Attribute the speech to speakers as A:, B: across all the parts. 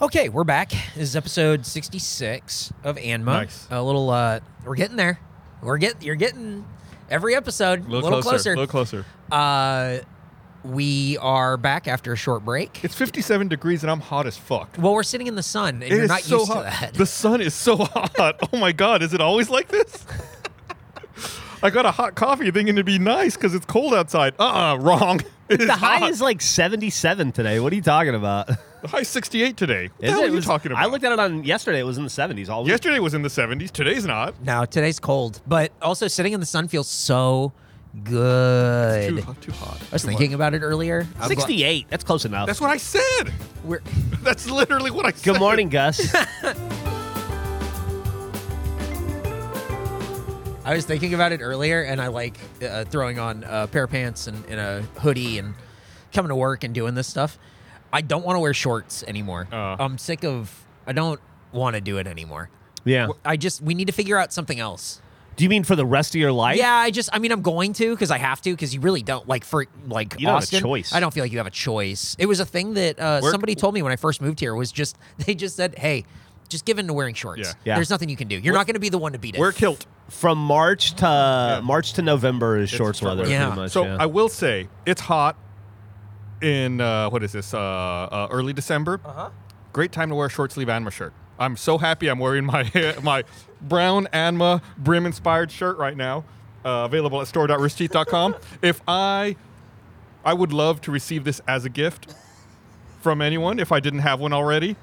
A: Okay, we're back. This is episode 66 of ANMA.
B: Nice.
A: A little, uh, we're getting there. We're get, you're getting every episode
B: A little, closer. A little closer.
A: Uh, we are back after a short break.
B: It's 57 degrees and I'm hot as fuck.
A: Well, we're sitting in the sun, and
B: It
A: you're
B: is
A: not
B: so
A: used
B: hot.
A: to that.
B: The sun is so hot. Oh my god, is it always like this? I got a hot coffee thinking it'd be nice because it's cold outside. Uh uh wrong. It is
C: The high
B: hot.
C: is like 77 today. What are you talking about? Is
B: The high's 68 today. What the hell
C: it?
B: are you
C: was-
B: talking about?
C: I looked at it on yesterday. It was in the 70s all week.
B: Yesterday was in the 70s. Today's not.
A: No, today's cold, but also sitting in the sun feels so good.
B: Too hot. Too hot.
A: I was
B: Too
A: thinking
B: hot.
A: about it earlier. I'm gl-
C: 68. That's close enough.
B: That's what I said.
A: We're,
B: That's literally what I said.
C: Good morning, Gus.
A: I was thinking about it earlier, and I like uh, throwing on a pair of pants and, and a hoodie and coming to work and doing this stuff. I don't want to wear shorts anymore.
B: Uh.
A: I'm sick of. I don't want to do it anymore.
C: yeah.
A: I just we need to figure out something else.
C: Do you mean for the rest of your life?
A: yeah, I just I mean I'm going to because I have to because you really don't like for like
C: You don't have a
A: Austin,
C: choice.
A: I don't feel like you have a choice. It was a thing that uh,
B: Work-
A: somebody told me when I first moved here was just they just said, hey, just give in to wearing shorts.
B: Yeah.
C: Yeah.
A: There's nothing you can do. You're not going to be the one to beat it.
B: Wear kilt.
C: From March to March to November is shorts
B: short
C: weather.
A: weather. Yeah.
C: Pretty much,
B: So
C: yeah.
B: I will say it's hot in uh, what is this? Uh, uh, early December. Uh-huh. Great time to wear a short sleeve Anma shirt. I'm so happy I'm wearing my my brown Anma brim inspired shirt right now. Uh, available at store.roosterteeth.com. if I I would love to receive this as a gift from anyone if I didn't have one already.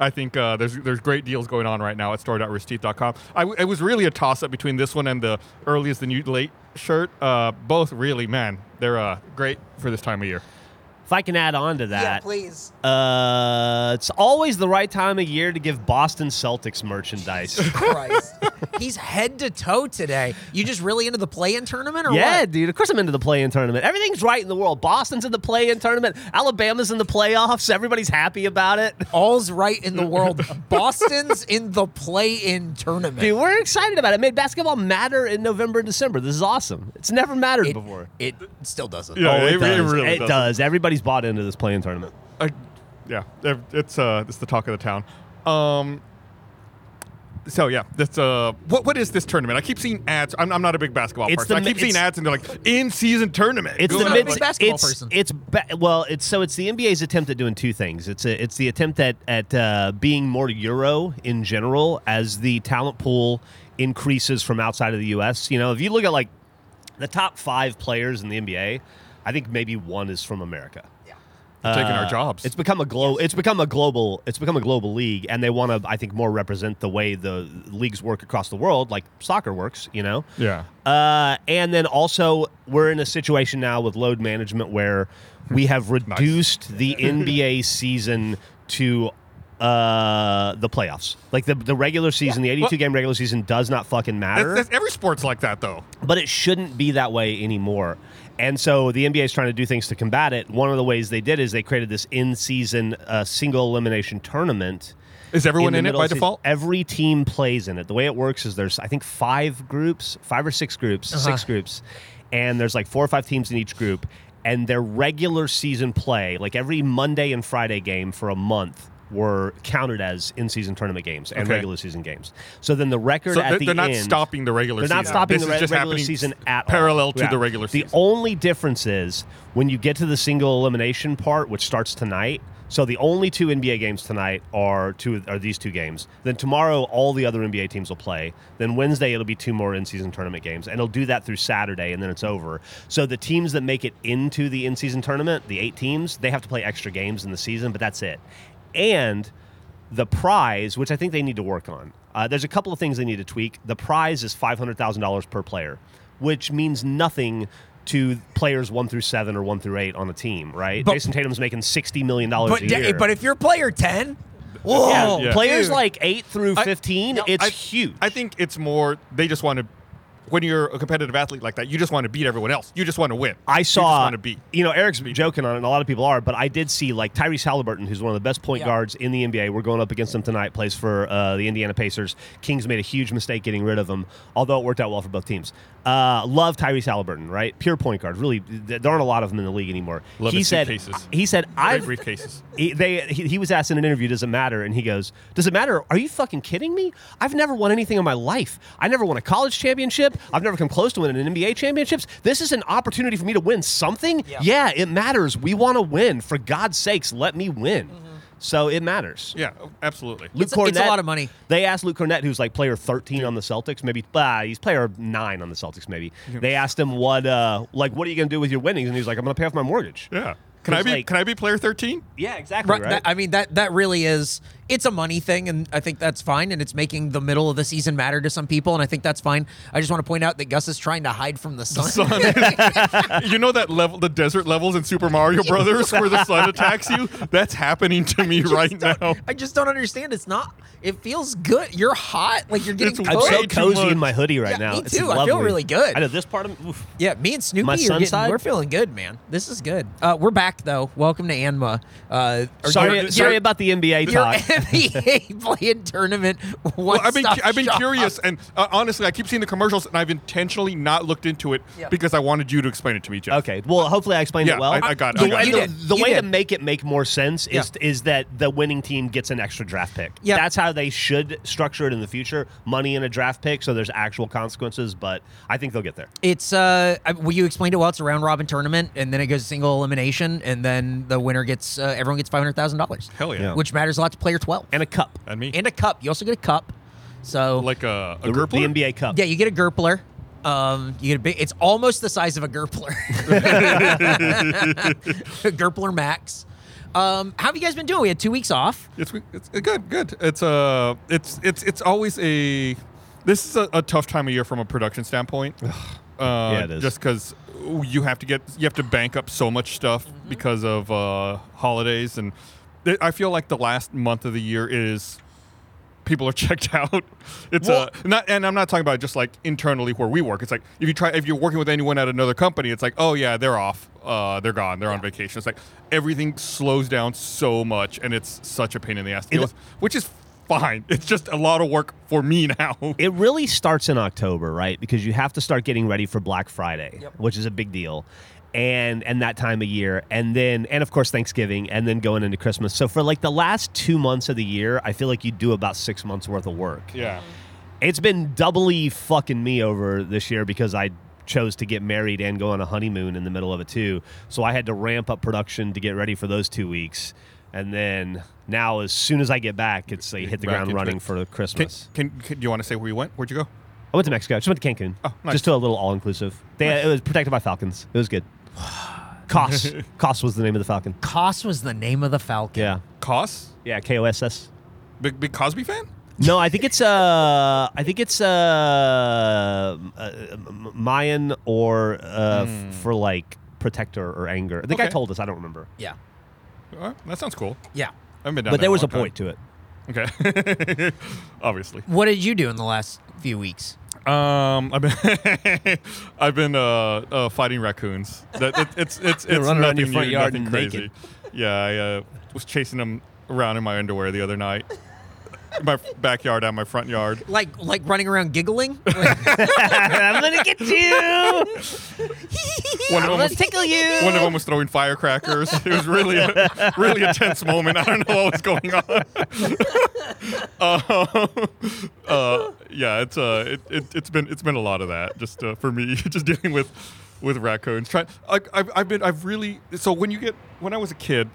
B: I think uh, there's there's great deals going on right now at store.roosterteeth.com. I w- it was really a toss up between this one and the early is the new late shirt. Uh, both really, man, they're uh, great for this time of year.
C: if I can add on to that,
A: please.
C: uh, it's always the right time of year to give Boston Celtics merchandise.
A: Christ. He's head to toe today. You just really into the play in tournament or
C: yeah,
A: what?
C: dude. Of course I'm into the play-in tournament. Everything's right in the world. Boston's in the play-in tournament. Alabama's in the playoffs. Everybody's happy about it.
A: All's right in the world. Boston's in the play in tournament.
C: Dude, we're excited about it. It made basketball matter in November and December. This is awesome. It's never mattered
A: it, Oh,
C: before.
A: it still doesn't.
B: Yeah. it- it really
C: It
B: doesn't.
C: does. Everybody's bought into this playing tournament.
B: I, yeah, it- it's uh, it's the talk of the town. Um, so yeah, that's uh, what what is this tournament? I keep seeing ads. I'm, I'm not a big basketball
C: It's
B: person.
C: the
B: I
C: mi-
B: keep seeing
C: it's-
B: ads and they're like in season tournament.
C: It's
B: Go
C: the
A: not
B: out,
A: a
C: mid-
A: big
B: like-
A: basketball
C: it's,
A: person.
C: It's ba- well, it's so it's the NBA's attempt at doing two things. It's a, it's the attempt at at uh, being more Euro in general as the talent pool increases from outside of the U.S. You know, if you look at like the top five players in the NBA, I think maybe one is from America.
B: We're taking our jobs.
C: Uh, It's become a glo- It's become a global. It's become a global league, and they want to, I think, more represent the way the leagues work across the world, like soccer works. You know.
B: yeah.
C: Uh, and then also, we're in a situation now with load management where
B: Hmm.
C: we have reduced the NBA season to uh, the playoffs. Like the the regular season, the 82 game regular season does not fucking matter
B: That's, that's, every sport's like that though.
C: but it shouldn't be that way anymore. And so the NBA is trying to do things to combat it. One of the ways they did is they created this in-season uh, single elimination tournament.
B: Is everyone
C: the
B: in, it
C: middle
B: by
C: of the season.
B: default?
C: Every team plays in it. The way it works is there's I think five groups, five or six groups, six groups, and there's like four or five teams in each group, and their regular season play, like every Monday and Friday game for a month. Were counted as in-season tournament games and
B: Okay.
C: regular season games. So then the record
B: So
C: at
B: they're,
C: the
B: they're not
C: end-
B: stopping the regular
C: they're
B: season.
C: not stopping
B: This
C: the
B: is
C: re-
B: just
C: regular
B: happening
C: season at all.
B: parallel to
C: Yeah.
B: the regular
C: The
B: season.
C: only difference is when you get to the single elimination part, which starts tonight. So the only two NBA games tonight are two are these two games. Then tomorrow, all the other NBA teams will play. Then Wednesday, it'll be two more in-season tournament games, and it'll do that through Saturday, and then it's over. So the teams that make it into the in-season tournament, the eight teams, they have to play extra games in the season, but that's it. And the prize, which I think they need to work on. Uh, there's a couple of things they need to tweak. The prize is five hundred thousand dollars per player, which means nothing to players one through seven or one through eight on a team, right?
A: But-
C: Jason Tatum's making sixty million dollars
A: But,
C: a
A: da-
C: year.
A: but if you're player 10, whoa.
C: Oh, yeah,
B: Yeah.
C: players
A: dude.
C: like eight through
B: I-
C: fifteen,
B: No,
C: it's
B: I-
C: huge.
B: I think it's more they just want to when you're a competitive athlete like that, you just want to beat everyone else. You just want to win.
C: I
B: You just
C: saw.
B: want to beat.
C: You know, Eric's joking on it, and a lot of people are, but I did see like Tyrese Halliburton, who's one of the best point
A: Yeah.
C: guards in the NBA. We're going up against him tonight. Plays for uh, the Indiana Pacers. Kings made a huge mistake getting rid of him, although it worked out well for both teams. Uh, love Tyrese Halliburton, right? Pure point guard. Really, th- there aren't a lot of them in the league anymore.
B: Love
C: he
B: his
C: said.
B: suitcases.
C: He said,
B: Very
C: "I've
B: brief cases.
C: he, they he, he was asked in an interview, "Does it matter?" And he goes, "Does it matter? Are you fucking kidding me? I've never won anything in my life. I never won a college championship. I've never come close to winning an NBA championships. This is an opportunity for me to win something.
A: Yeah.
C: Yeah, it matters. We want to win. For God's sakes, let me win. So it matters."
B: Yeah, oh, absolutely.
C: Luke
A: It's Mm-hmm. a- it's a
C: Cornett-
A: lot of money.
C: They asked Luke Cornett, who's like player 13 on the Celtics, maybe ah, he's player nine on the Celtics, maybe. They asked him what, uh, like, what are you going to do with your winnings? And he was like, I'm going to pay off my mortgage.
B: Yeah. Can I
C: It's
B: be
C: like-
B: Can I be player thirteen?
C: Yeah, exactly.
A: Right,
C: Right.
A: that- I mean that that really is it's a money thing and I think that's fine and it's making the middle of the season matter to some people and I think that's fine. I just want to point out that Gus is trying to hide from the sun.
B: you know that level, the desert levels in Super Mario Brothers, where the sun attacks you. That's happening to me right now.
A: I just don't understand. It's not it feels good. You're hot. Like you're getting
B: It's
C: I'm
A: cold.
B: way
C: so
B: too
C: cozy
B: much.
C: in my hoodie right
A: Yeah,
C: now.
A: me
C: It's
A: too. I feel
C: lovely.
A: really good.
C: I know this part of oof.
A: Yeah, me and Snoopy
C: My
A: are
C: sun
A: getting,
C: side?
A: we're feeling good, man. This is good. Uh, we're back though. Welcome to Anma. Uh, or
C: Sorry,
A: your- your-
C: sorry about the NBA
A: your
C: talk.
A: NBA E playing tournament.
B: Well, I've been
A: one-stop
B: I've been
A: shop.
B: curious, and uh, honestly, I keep seeing the commercials, and I've intentionally not looked into it
A: Yeah.
B: because I wanted you to explain it to me, Jeff.
C: Okay. Well, hopefully I explained
B: Yeah,
C: it well.
B: I- I got it,
C: The
B: I got
C: way,
B: it. You
C: the-
A: did,
C: the
A: you
C: way to
A: did.
C: make it make more sense is is that the winning team gets an extra draft pick.
A: Yeah.
C: That's how they should structure it in the future. Money in a draft pick, so there's actual consequences, but I think they'll get there.
A: It's uh, I- well, you explained it well. It's a round robin tournament, and then it goes to single elimination, and then the winner gets uh, everyone gets five hundred thousand dollars.
B: Hell yeah. Yeah.
A: which matters a lot to player twelve
C: And a cup.
B: And me,
A: and a cup. You also get a cup. So
B: like a, a
C: The,
B: Gerpler?
C: the NBA cup.
A: yeah, you get a Gerpler. Um, you get a big. It's almost the size of a Gerpler. a Gerpler Max. Um, how have you guys been doing? We had two weeks off.
B: It's, it's it's good, good. It's uh, it's it's it's always a. This is a, a tough time of year from a production standpoint. uh, yeah,
C: it is.
B: Just because you have to get you have to bank up so much stuff because of uh, holidays, and th- I feel like the last month of the year is people are checked out. It's
A: Well-
B: uh, not, and I'm not talking about just like internally where we work. It's like if you try, if you're working with anyone at another company, it's like, oh yeah, they're off, uh, they're gone, they're on vacation. It's like everything slows down so much, and it's such a pain in the ass to deal
C: It-
B: with, which is fine. It's just a lot of work for me now.
C: It really starts in October, right? Because you have to start getting ready for Black Friday, which is a big deal. And and that time of year. And then and of course Thanksgiving and then going into Christmas. So for like the last 2 months of the year, I feel like you do about 6 months worth of work.
B: yeah,
C: It's been doubly fucking me over this year because I chose to get married and go on a honeymoon in the middle of it too. So I had to ramp up production to get ready for those 2 weeks. And then now as soon as I get back, it's like hit the
B: Back
C: ground
B: into
C: running
B: it.
C: for
B: can,
C: Christmas.
B: can, can do you want to say where you went? Where'd you go?
C: I went to Mexico. I just went to Cancun.
B: Oh, nice.
C: Just to a little all inclusive. They It was protected by falcons. It was good. Koss. Koss was the name of the falcon.
A: Koss was the name of the Falcon.
C: Yeah.
B: Cos,
C: Yeah. K O S S.
B: big big Cosby fan.
C: No, I think it's uh, I think it's uh, uh M- Mayan or uh, f- for like protector or anger. The
B: Hmm.
C: guy
B: Okay.
C: told us. I don't remember.
A: Yeah,
B: Uh, that sounds cool.
A: yeah.
B: I haven't been down
C: But there
B: in
C: was a
B: long
C: point to it.
B: time. Okay, obviously.
A: What did you do in the last few weeks?
B: Um, I've been I've been uh, uh fighting raccoons. That it, it's it's
C: You're
B: it's
C: running around
B: nothing
C: your front
B: new,
C: yard
B: nothing
C: naked.
B: crazy. Yeah, I uh, was chasing them around in my underwear the other night. my backyard and my front yard.
A: Like like running around giggling?
C: I'm gonna get you.
B: One of them
C: I'm gonna
B: was
C: tickle you.
B: one of them was throwing firecrackers. It was really a, really a tense moment. I don't know what was going on. uh, uh, yeah, it's uh, it, it, it's been it's been a lot of that just uh, for me, just dealing with with raccoons. Try, I, I've, I've been I've really so when you get when I was a kid,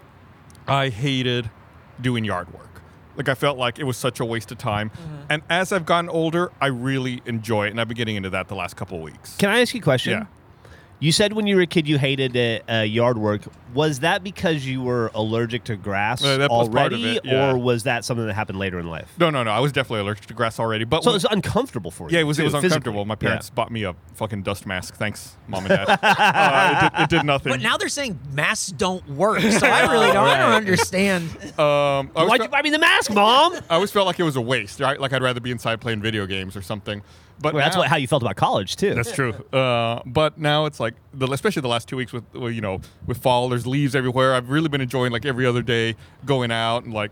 B: I hated doing yard work. Like I felt like it was such a waste of time.
C: Mm-hmm.
B: And as I've gotten older, I really enjoy it, and I've been getting into that the last couple of weeks.
C: Can I ask you a question?
B: Yeah.
C: You said when you were a kid you hated uh, uh, yard work. Was that because you were allergic to grass
B: Uh, that was part of
C: already,
B: it, yeah.
C: or was that something that happened later in life?
B: No, no, no. I was definitely allergic to grass already, but
C: So it
B: when-
C: was uncomfortable for you.
B: Yeah, it was, it
C: too,
B: was
C: physically.
B: uncomfortable. My
C: Yeah.
B: parents bought me a fucking dust mask. Thanks, mom and dad. uh, it, did, it did nothing.
A: But now they're saying masks don't work, so I really don't, I don't
C: Right.
A: understand.
B: um, I, always
C: Why'd
B: fe-
C: you buy me the mask, mom?
B: I always felt like it was a waste, right? Like I'd rather be inside playing video games or something. But
C: Well, that's
B: now-
C: what how you felt about college too.
B: That's true. Uh, but now it's like, the, especially the last two weeks with, well, you know, with fall, there's leaves everywhere. I've really been enjoying like every other day going out and like,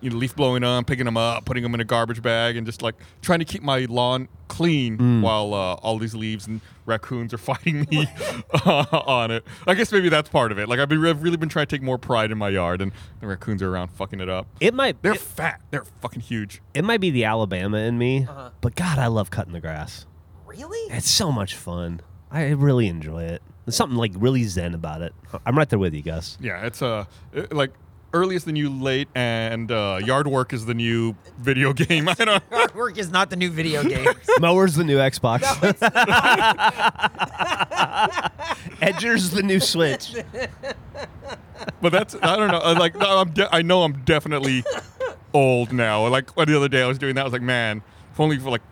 B: you know, leaf blowing them, picking them up, putting them in a garbage bag, and just like trying to keep my lawn clean
C: Mm.
B: while uh, all these leaves and raccoons are fighting me uh, on it. I guess maybe that's part of it. Like I've been I've really been trying to take more pride in my yard, and the raccoons are around fucking it up.
C: It might
B: They're
C: it,
B: fat. They're fucking huge.
C: it might be the Alabama in me, but God, I love cutting the grass.
A: Really?
C: It's so much fun. I really enjoy it. There's something like really zen about it. I'm right there with you, Gus.
B: Yeah, it's uh it- like early is the new late, and uh, yard work is the new video game. I don't.
A: Hard work is not the new video game.
C: Mower's the new Xbox.
A: No, it's not.
C: Edger's the new Switch.
B: But that's I don't know. uh, Like no, I'm de- I know I'm definitely old now. Like the other day I was doing that. I was like, man, if only for like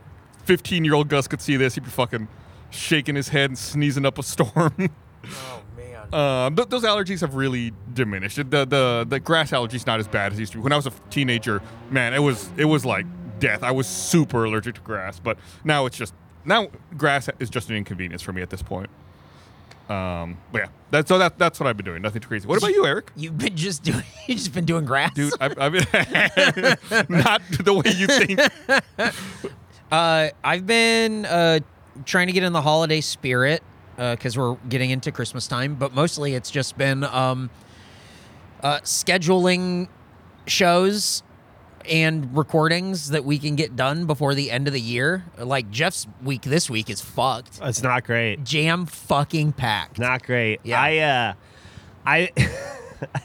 B: 15 year old Gus could see this, he'd be fucking shaking his head and sneezing up a storm.
A: oh man.
B: Uh, but those allergies have really diminished. The the the grass allergy's not as bad as it used to be. When I was a teenager, man, it was it was like death. I was super allergic to grass, but now it's just now grass is just an inconvenience for me at this point. Um, but yeah, that's so that that's what I've been doing. Nothing too crazy. What about you, Eric?
A: You've been just doing. You've just been doing grass.
B: Dude, I've, I've not the way you think.
A: Uh, I've been uh, trying to get in the holiday spirit because we're getting into Christmas time, but mostly it's just been um, uh, scheduling shows and recordings that we can get done before the end of the year. Like Jeff's week this week is fucked,
C: It's not great.
A: jam fucking packed.
C: Not great.
A: Yeah.
C: I uh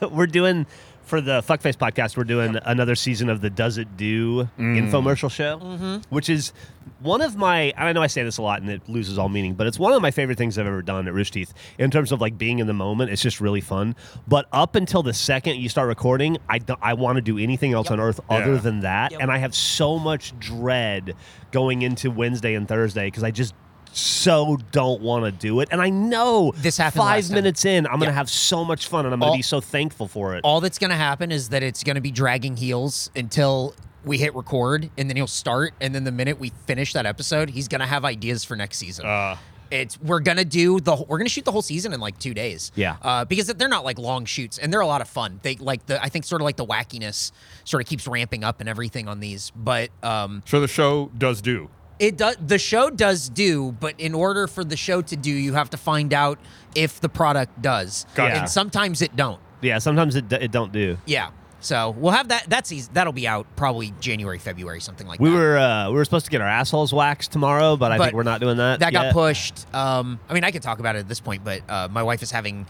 C: I we're doing for the Fuckface podcast, we're doing another season of the Does It Do
A: Mm.
C: infomercial show,
A: Mm-hmm.
C: which is one of my, I know I say this a lot and it loses all meaning, but it's one of my favorite things I've ever done at Rooster Teeth in terms of like being in the moment. It's just really fun. But up until the second you start recording, I, don't- I want to do anything else on earth other
B: Yeah.
C: than that.
A: Yep.
C: And I have so much dread going into Wednesday and Thursday because I just so don't want to do it. And I know
A: This happened
C: five
A: last time.
C: minutes in, I'm going
A: Yeah.
C: to have so much fun and I'm going
A: All-
C: to be so thankful for it.
A: all that's going to happen is that it's going to be dragging heels until we hit record and then he'll start and then the minute we finish that episode he's going to have ideas for next season
B: Uh,
A: it's we're gonna do the we're gonna shoot the whole season in like two days
C: Yeah.
A: uh, because they're not like long shoots and they're a lot of fun they like the i think sort of like the wackiness sort of keeps ramping up and everything on these but um
B: so the show does do.
A: it does the show does do but in order for the show to do you have to find out if the product does
B: Gotcha.
A: and sometimes it don't
C: yeah, sometimes it, d- it don't do.
A: yeah. So we'll have that. That's easy. That'll be out probably January, February, something like
C: We
A: that.
C: were uh, we were supposed to get our assholes waxed tomorrow, but I
A: But
C: think we're not doing that.
A: that got
C: yet.
A: pushed. Um, I mean, I could talk about it at this point, but uh, my wife is having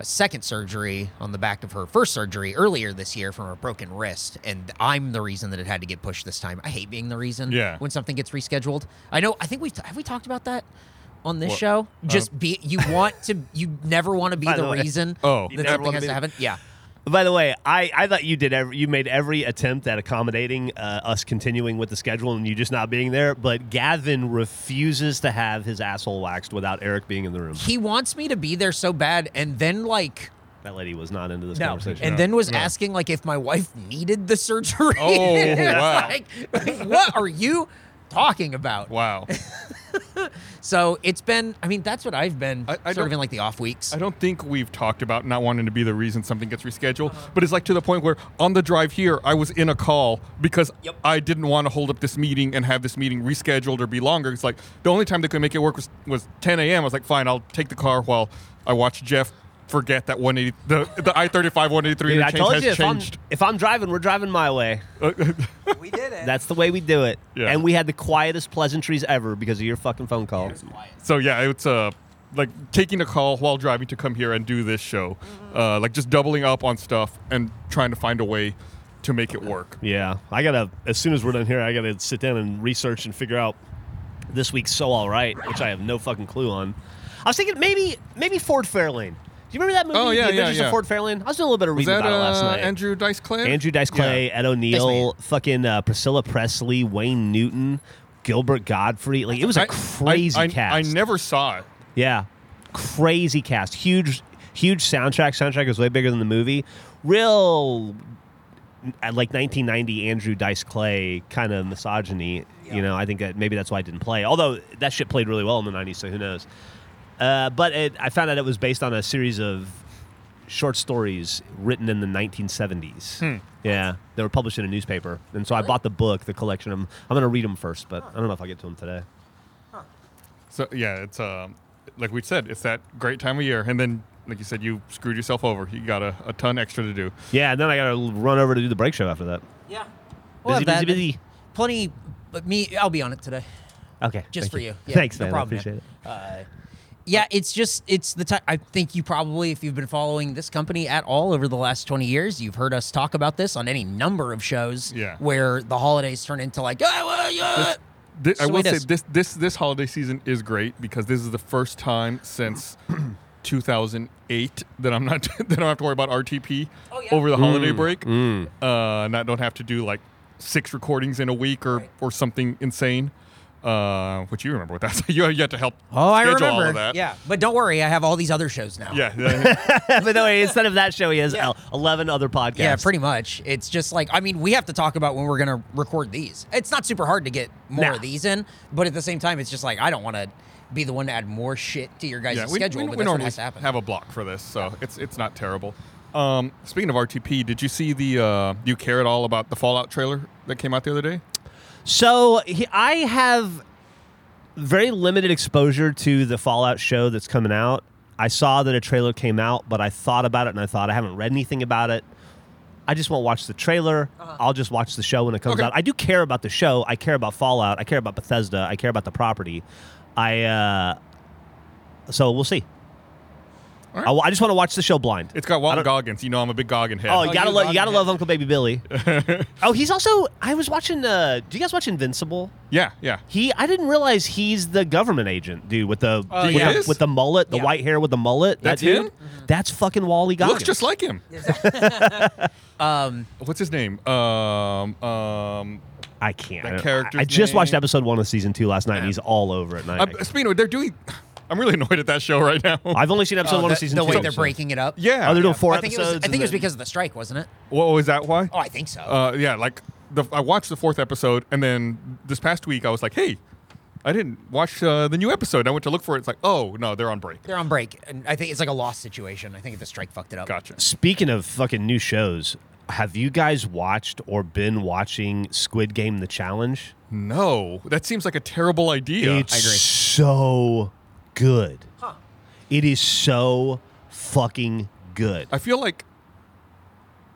A: a second surgery on the back of her first surgery earlier this year from a broken wrist, and I'm the reason that it had to get pushed this time. I hate being the reason.
B: Yeah.
A: When something gets rescheduled, I know. I think we have have we talked about that on this
B: What?
A: show. Just be you want to you never want to be
C: Uh, By
A: the,
C: the way.
A: reason
B: Oh. You
A: that
C: never
A: something
C: wanna
A: has
C: be
A: to
C: the-
A: happen. Yeah.
C: By the way, I, I thought you did every, you made every attempt at accommodating uh, us continuing with the schedule and you just not being there. But Gavin refuses to have his asshole waxed without Eric being in the room.
A: He wants me to be there so bad, and then like
C: That lady was not into this
A: No.
C: conversation.
A: And
B: No,
A: then was
B: no.
A: asking like if my wife needed the surgery.
B: Oh,
A: It's
B: wow.
A: like, what are you talking about?
B: Wow.
A: So it's been I mean, that's what I've been
B: I- I
A: sort of
B: don't-
A: in like the off weeks.
B: I don't think we've talked about not wanting to be the reason something gets rescheduled,
C: Uh-huh.
B: but it's like to the point where on the drive here, I was in a call because
A: Yep.
B: I didn't want to hold up this meeting and have this meeting rescheduled or be longer. It's like the only time they could make it work was, was 10 a.m. I was like, fine, I'll take the car while I watch Jeff forget that 180, the, the I 35 183
C: Dude, I
B: interchange
C: told
B: has
C: you if I'm,
B: changed.
C: if I'm driving, we're driving my way.
A: we did it.
C: That's the way we do it.
B: Yeah.
C: And we had the quietest pleasantries ever because of your fucking phone call.
B: So yeah, it's uh like taking a call while driving to come here and do this show,
C: Mm-hmm.
B: uh, like just doubling up on stuff and trying to find a way to make it work.
C: Yeah, I gotta. As soon as we're done here, I gotta sit down and research and figure out this week's so all right, which I have no fucking clue on. I was thinking maybe maybe Ford Fairlane. Do you remember that movie?
B: Oh, yeah, yeah,
C: the Adventures
B: yeah.
C: of Ford Fairlane. I was doing a little bit of
B: Was
C: reading
B: that
C: about it last
B: uh,
C: night.
B: Andrew Dice Clay?
C: Andrew Dice Clay, Ed O'Neill, fucking uh, Priscilla Presley, Wayne Newton, Gilbert Godfrey. Like it was a
B: I-
C: crazy
B: I, I,
C: cast.
B: I never saw it.
C: Yeah. Crazy cast. Huge, huge soundtrack. Soundtrack is way bigger than the movie. Real at like 1990 Andrew Dice Clay kind of misogyny. You know, I think that maybe that's why I didn't play. Although that shit played really well in the 90s, so who knows? Uh, but it, I found out it was based on a series of short stories written in the 1970s. Yeah, they were published in a newspaper, and so I bought the book, the collection. I'm I'm gonna read them first, but I don't know if I'll get to them today.
B: So yeah, it's um, like we said, it's that great time of year, and then like you said, you screwed yourself over. You got a, a ton extra to do.
C: Yeah, and then I gotta l- run over to do the break show after that.
A: Yeah.
C: Busy, busy, busy.
A: Plenty, but me, I'll be on it today.
C: Okay,
A: Just
C: thank
A: for you. Yeah,
C: Thanks,
A: no
C: man.
A: Problem,
C: I appreciate it.
A: it. Uh, yeah, it's just it's the type. I think you probably, if you've been following this company at all over the last twenty years, you've heard us talk about this on any number of shows.
B: Yeah.
A: Where the holidays turn into like, "Ah, well, yeah."
B: Thi- I will
A: Sweet
B: say
A: as-
B: this this this holiday season is great because this is the first time since 2008 that I'm not that I don't have to worry about RTP
A: Oh, yeah.
B: over the holiday break. Uh, and I don't have to do like six recordings in a week or or something insane. Uh, which you remember what that's you you had to help.
A: Oh, I
B: schedule
A: remember.
B: all of that.
A: Yeah, but don't worry, I have all these other shows now.
B: yeah.
C: but no, wait, instead of that show, he has
A: Yeah.
C: el- 11 other podcasts.
A: Yeah, pretty much. It's just like I mean, we have to talk about when we're gonna record these. It's not super hard to get more
C: Nah.
A: of these in, but at the same time, it's just like I don't want to be the one to add more shit to your guys'
B: yeah, we,
A: schedule.
B: we-
A: but
B: we
A: that's what
B: normally
A: has to happen.
B: have a block for this, so it's it's not terrible. Um, speaking of RTP, did you see the? Uh, do you care at all about the Fallout trailer that came out the other day?
C: So he, I have very limited exposure to the Fallout show that's coming out. I saw that a trailer came out, but I thought about it and I thought I haven't read anything about it. I just won't watch the trailer.
A: Uh-huh.
C: I'll just watch the show when it comes
B: Okay.
C: out. I do care about the show. I care about Fallout. I care about Bethesda. I care about the property. I uh, so we'll see.
B: All right.
C: I, I just want to watch the show blind.
B: It's got Walton Goggins. You know I'm a big Goggin head.
C: Oh,
A: Oh,
C: you gotta
A: you
C: love
A: love
C: you gotta
A: him.
C: love Uncle Baby Billy. oh, he's also. I was watching. Uh, do you guys watch Invincible?
B: yeah, yeah.
C: He. I didn't realize he's the government agent, dude, with the
A: Uh,
C: with,
A: he
C: the,
B: Oh, is?
C: with the mullet, the
A: Yeah.
C: white hair with the mullet.
B: That's
C: that dude, Mm-hmm.
B: him?
C: That's fucking Wally Goggins.
B: Looks just like him.
A: um,
B: What's his name? Um, um,
C: I can't.
B: that
C: I don't- I-
B: character's
C: I just watched
B: name.
C: episode one of season two last night, and he's all over it.
B: uh,
C: Night.
B: speaking of, they're doing. I'm really annoyed at that show right now.
C: I've only
B: uh,
C: seen episode
A: oh,
C: one
A: the,
C: of season
A: the
C: two.
A: way they're
C: so-
A: breaking it up.
B: yeah.
C: Oh, they're doing four
A: I think it was. I
C: episodes.
A: think
C: and
A: it was
C: then-
A: because of the strike, wasn't it?
B: What was that? Why?
A: Oh, I think so.
B: Uh, yeah, like the, I watched the fourth episode, and then this past week I was like, hey, I didn't watch uh, the new episode. I went to look for it. It's like, oh no, they're on break.
A: They're on break, and I think it's like a lost situation. I think the strike fucked it up.
B: Gotcha.
C: Speaking of fucking new shows, have you guys watched or been watching Squid Game: The Challenge?
B: No, that seems like a terrible idea.
C: It's so good. It is so fucking good.
B: I feel like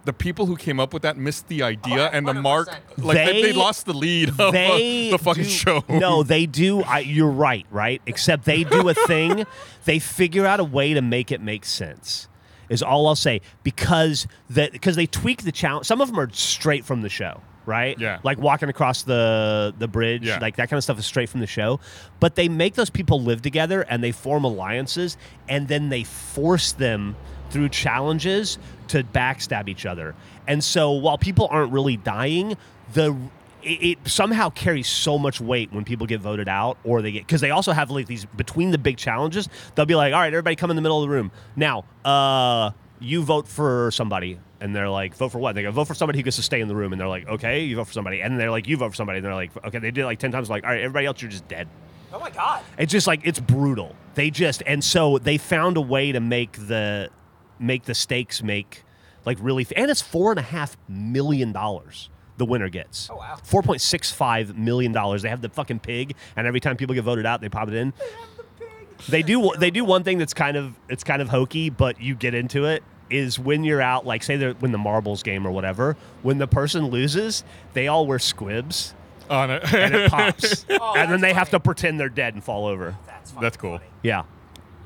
B: the people who came up with that missed the idea and the mark.
A: 100%.
B: Like they, they
C: They-
B: lost the lead of uh,
C: they
B: the fucking
C: do-
B: show.
C: No, they do. I, you're right, right? Except they do a thing. they figure out a way to make it make sense. Is all I'll say because that because they tweak the challenge. Some of them are straight from the show, right?
B: Yeah.
C: Like walking across the the bridge,
B: Yeah.
C: like that kind of stuff is straight from the show. But they make those people live together and they form alliances, and then they force them through challenges to backstab each other. And so while people aren't really dying, the it, it somehow carries so much weight when people get voted out or they get because they also have like these between the big challenges they'll be like all right everybody come in the middle of the room now uh you vote for somebody and they're like vote for what they go vote for somebody who gets to stay in the room and they're like okay you vote for somebody and they're like you vote for somebody and they're like okay they did it like 10 times like all right everybody else you're just dead
A: Oh my god.
C: it's just like it's brutal. They just and so they found a way to make the make the stakes make like really f- and it's four and a half million dollars the winner gets.
A: Oh, wow.
C: Four point six five million dollars. They have the fucking pig, and every time people get voted out, they pop it in. They do they do one thing that's kind of it's kind of hokey, but you get into it. Is when you're out, like say they're when the marbles game or whatever. When the person loses, they all wear squibs
B: On it.
C: and it pops,
B: Oh,
C: and then
A: that's
C: they have to pretend they're dead and fall over.
A: That's,
B: That's cool.
C: Yeah.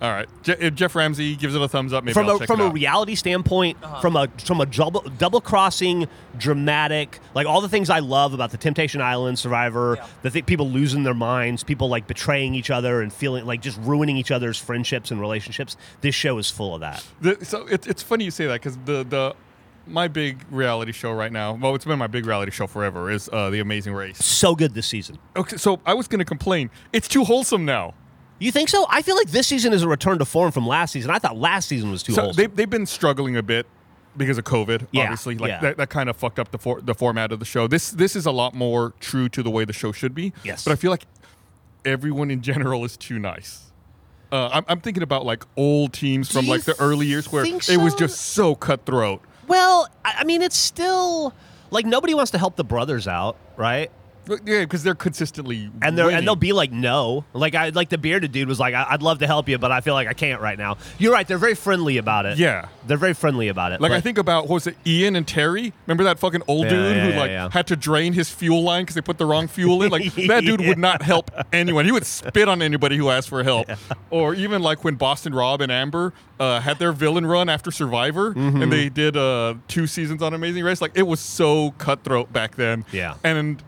B: All right. Je- if Jeff Ramsey gives it a thumbs up, maybe
C: From
B: I'll
C: a
B: check
C: from
B: it
C: a
B: out. Uh-huh.
C: reality standpoint, from a from a double double crossing, dramatic, like all the things I love about the Temptation Island, Survivor,
A: Yeah.
C: the th- people losing their minds, people like betraying each other and feeling like just ruining each other's friendships and relationships. This show is full of that.
B: The- so it's it's funny you say that because the the my big reality show right now, well, it's been my big reality show forever, is uh, The Amazing Race.
C: So good this season.
B: Okay, so I was gonna complain. It's too wholesome now.
C: You think so? I feel like this season is a return to form from last season. I thought last season was too
B: So
C: wholesome.
B: they they've been struggling a bit because of COVID,
C: Yeah,
B: obviously, like
C: yeah.
B: that, that kind of fucked up the for, the format of the show. This this is a lot more true to the way the show should be.
C: Yes.
B: but I feel like everyone in general is too nice. Uh, I'm, I'm thinking about like old teams from
C: you
B: like the early years where
C: think
B: it was
C: so?
B: just so cutthroat.
C: Well, I I mean, it's still like nobody wants to help the brothers out, right?
B: But, Yeah, because they're consistently
C: And they're
B: winning.
C: and they'll be like, no, like I like the bearded dude was like, I- I'd love to help you, but I feel like I can't right now. You're right; they're very friendly about it.
B: Yeah.
C: they're very friendly about it.
B: Like
C: but-
B: I think about what was it, Ian and Terry? Remember that fucking old
C: Yeah,
B: dude
C: yeah,
B: who
C: yeah,
B: like
C: yeah.
B: had to drain his fuel line because they put the wrong fuel in? Like that dude would not help anyone. He would spit on anybody who asked for help. Or even like when Boston Rob and Amber uh, had their villain run after Survivor,
C: Mm-hmm.
B: and they did uh, two seasons on Amazing Race. Like it was so cutthroat back then.
C: Yeah.
B: and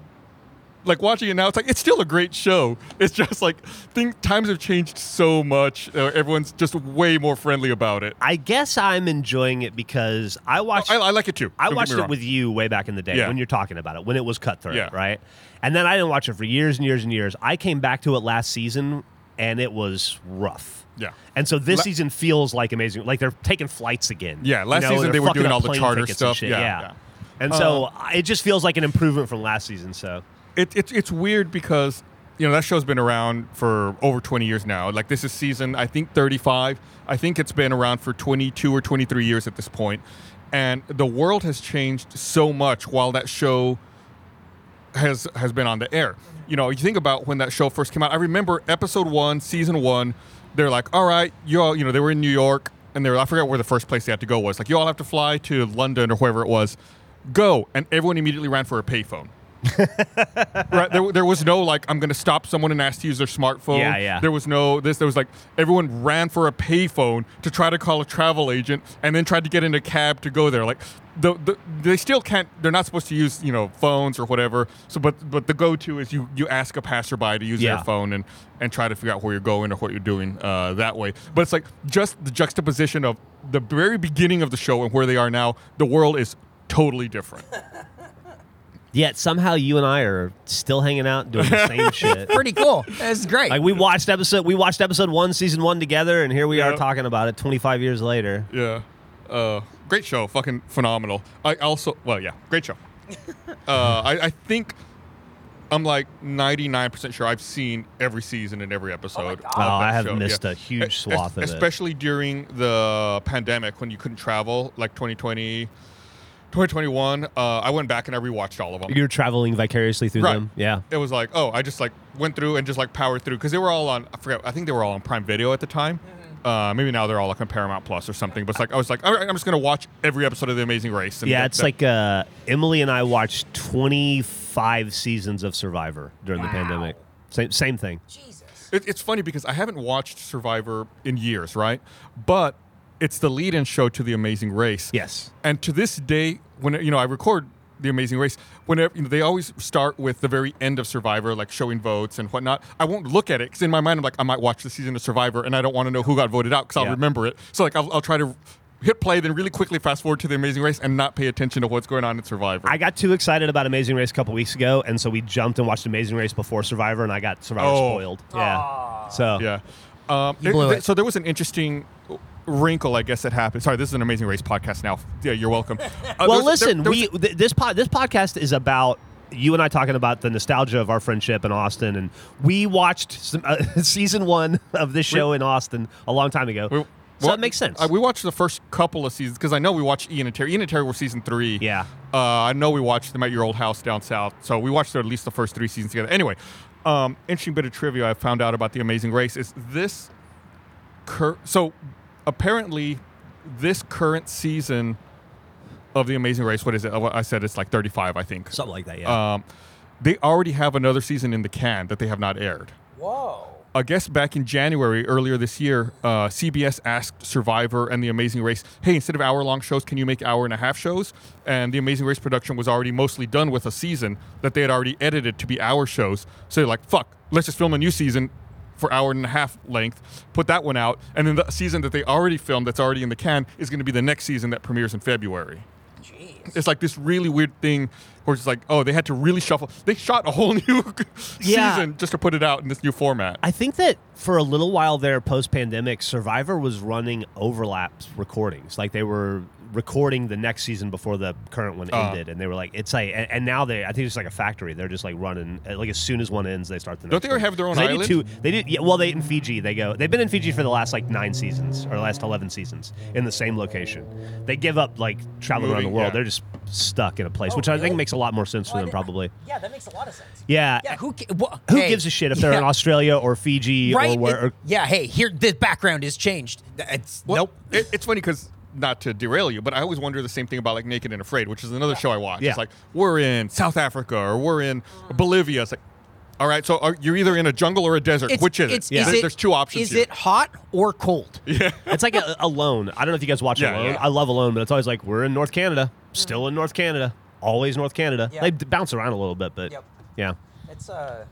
B: like watching it now, it's like it's still a great show. It's just like think times have changed so much. Uh, everyone's just way more friendly about it.
C: I guess I'm enjoying it because I watched
B: I, I like it too.
C: I
B: Don't get me
C: watched it
B: wrong.
C: with you way back in the day
B: Yeah.
C: when you're talking about it, when it was cutthroat,
B: Yeah.
C: right? And then I didn't watch it for years and years and years. I came back to it last season and it was rough.
B: Yeah.
C: And so this
B: La-
C: season feels like amazing. Like they're taking flights again.
B: Yeah, last season
C: they're
B: they were
C: fucking
B: doing
C: up
B: all the
C: plane
B: charter
C: tickets
B: stuff.
C: And shit.
B: Yeah,
C: Yeah. Uh,
B: yeah.
C: And so I- it just feels like an improvement from last season. So
B: it, it's it's weird because you know that show's been around for over 20 years now like this is season i think 35 i think it's been around for 22 or 23 years at this point and the world has changed so much while that show has has been on the air you know you think about when that show first came out i remember episode one season one they're like all right you all you know they were in new york and they were i forgot where the first place they had to go was like you all have to fly to london or wherever it was go and everyone immediately ran for a payphone right there, there was no like i'm gonna stop someone and ask to use their smartphone
C: Yeah, yeah.
B: there was no this there was like everyone ran for a payphone to try to call a travel agent and then tried to get in a cab to go there like the, the they still can't they're not supposed to use you know phones or whatever so but but the go-to is you you ask a passerby to use
C: Yeah.
B: their phone and and try to figure out where you're going or what you're doing uh, that way but it's like just the juxtaposition of the very beginning of the show and where they are now the world is totally different
C: yet somehow you and I are still hanging out doing the same shit.
A: Pretty cool. That's great.
C: Like we watched episode we watched episode one, season one together, and here we are
B: Yeah.
C: talking about it twenty five years later.
B: Yeah. Uh, great show. Fucking phenomenal. I also, well, yeah, great show. uh, I, I think I'm like 99% sure I've seen every season and every episode. of
C: Oh,
B: that
C: I have
B: show,
C: missed a huge
B: Es-
C: swath of it.
B: Especially during the pandemic when you couldn't travel, like 2020, 2021. Uh, I went back and I rewatched all of them.
C: You're traveling vicariously through
B: Right.
C: them. Yeah.
B: it was like, oh, I just like went through and just like powered through because they were all on. I forget. I think they were all on Prime Video at the time. Uh, maybe now they're all like on Paramount Plus or something. But it's like I was like, all right, I'm just gonna watch every episode of The Amazing Race. And
C: Yeah,
B: that-
C: it's
B: that-
C: like uh, Emily and I watched 25 seasons of Survivor during the pandemic. Same, same thing.
D: Jesus.
B: It- it's funny because I haven't watched Survivor in years, right? But it's the lead-in show to The Amazing Race.
C: Yes.
B: And to this day, when you know I record the Amazing Race, whenever you know, they always start with the very end of Survivor, like showing votes and whatnot. I won't look at it because in my mind I'm like, I might watch the season of Survivor, and I don't want to know who got voted out because I'll
C: Yeah.
B: remember it. So like I'll, I'll try to hit play, then really quickly fast forward to the Amazing Race and not pay attention to what's going on in Survivor.
C: I got too excited about Amazing Race a couple weeks ago, and so we jumped and watched Amazing Race before Survivor, and I got Survivor
B: Oh.
C: spoiled. Yeah. So
B: yeah. Um,
A: You blew
B: th-
A: it.
B: So there was an interesting wrinkle, I guess, that happened. Sorry, this is an Amazing Race podcast now. Yeah, you're welcome. Uh, there
C: well,
B: was- there-
C: listen,
B: there was-
C: we th- this pod this podcast is about you and I talking about the nostalgia of our friendship in Austin, and we watched some, uh, season one of this show in Austin a long time ago.
B: We-
C: so
B: wa-
C: it makes sense.
B: uh, we watched the first couple of seasons because I know we watched Ian and Terry. Ian and Terry were season three.
C: Yeah.
B: Uh, I know we watched them at your old house down south. So we watched at least the first three seasons together. Anyway, um, interesting bit of trivia I found out about The Amazing Race is this. Cur- so apparently, this current season of The Amazing Race, what is it? Uh, what I said it's like 35, I think.
C: Something like that. Yeah.
B: Um, they already have another season in the can that they have not aired.
D: Whoa.
B: I guess back in January earlier this year, uh, CBS asked Survivor and The Amazing Race, "Hey, instead of hour-long shows, can you make hour and a half shows?" And The Amazing Race production was already mostly done with a season that they had already edited to be hour shows. So they're like, "Fuck, let's just film a new season for hour and a half length, put that one out, and then the season that they already filmed, that's already in the can, is going to be the next season that premieres in February."
D: Jeez.
B: It's like this really weird thing where it's like, oh, they had to really shuffle. They shot a whole new
C: Yeah.
B: season just to put it out in this new format.
C: I think that for a little while there, post pandemic, Survivor was running overlaps recordings. Like they were recording the next season before the current one
B: Uh.
C: ended, and they were like, it's like, and, and now they, I think it's like a factory. They're just like running, uh, like as soon as one ends, they start the next.
B: they
C: one.
B: have their own
C: 'Cause they
B: island?
C: Do two, they do, yeah, well, they in Fiji. They go. They've been in Fiji for the last like nine seasons or last eleven seasons in the same location. They give up like traveling around
B: Moving,
C: the world.
B: yeah.
C: They're just stuck in a place,
D: Oh,
C: which I think
D: really? Oh,
C: makes a lot more sense for them, probably.
D: Yeah, that makes a lot of sense.
C: Yeah.
A: Yeah, who ca- wha-
C: Who
A: hey,
C: gives a shit if they're
A: yeah,
C: in Australia or Fiji
A: right?
C: or where?
A: It-
C: Or,
A: yeah, hey, here the background is changed. Th- It's,
B: Well,
A: nope.
B: It, it's funny because not to derail you, but I always wonder the same thing about like Naked and Afraid, which is another show I watch.
C: Yeah.
B: It's like we're in South Africa or we're in Bolivia. It's like, all right, so are, you're either in a jungle or a desert.
A: It's-
B: which is
A: it's-
B: it? There- There's two options.
A: Is
B: here.
A: it hot or cold?
C: it's like a, Alone. I don't know if you guys watch
B: Yeah,
C: Alone.
B: yeah.
C: I love Alone, but it's always like we're in North Canada,
A: Mm.
C: still in North Canada, always North Canada.
D: Yeah.
C: They d- bounce around a little bit, but
D: Yep.
C: yeah,
D: It's uh,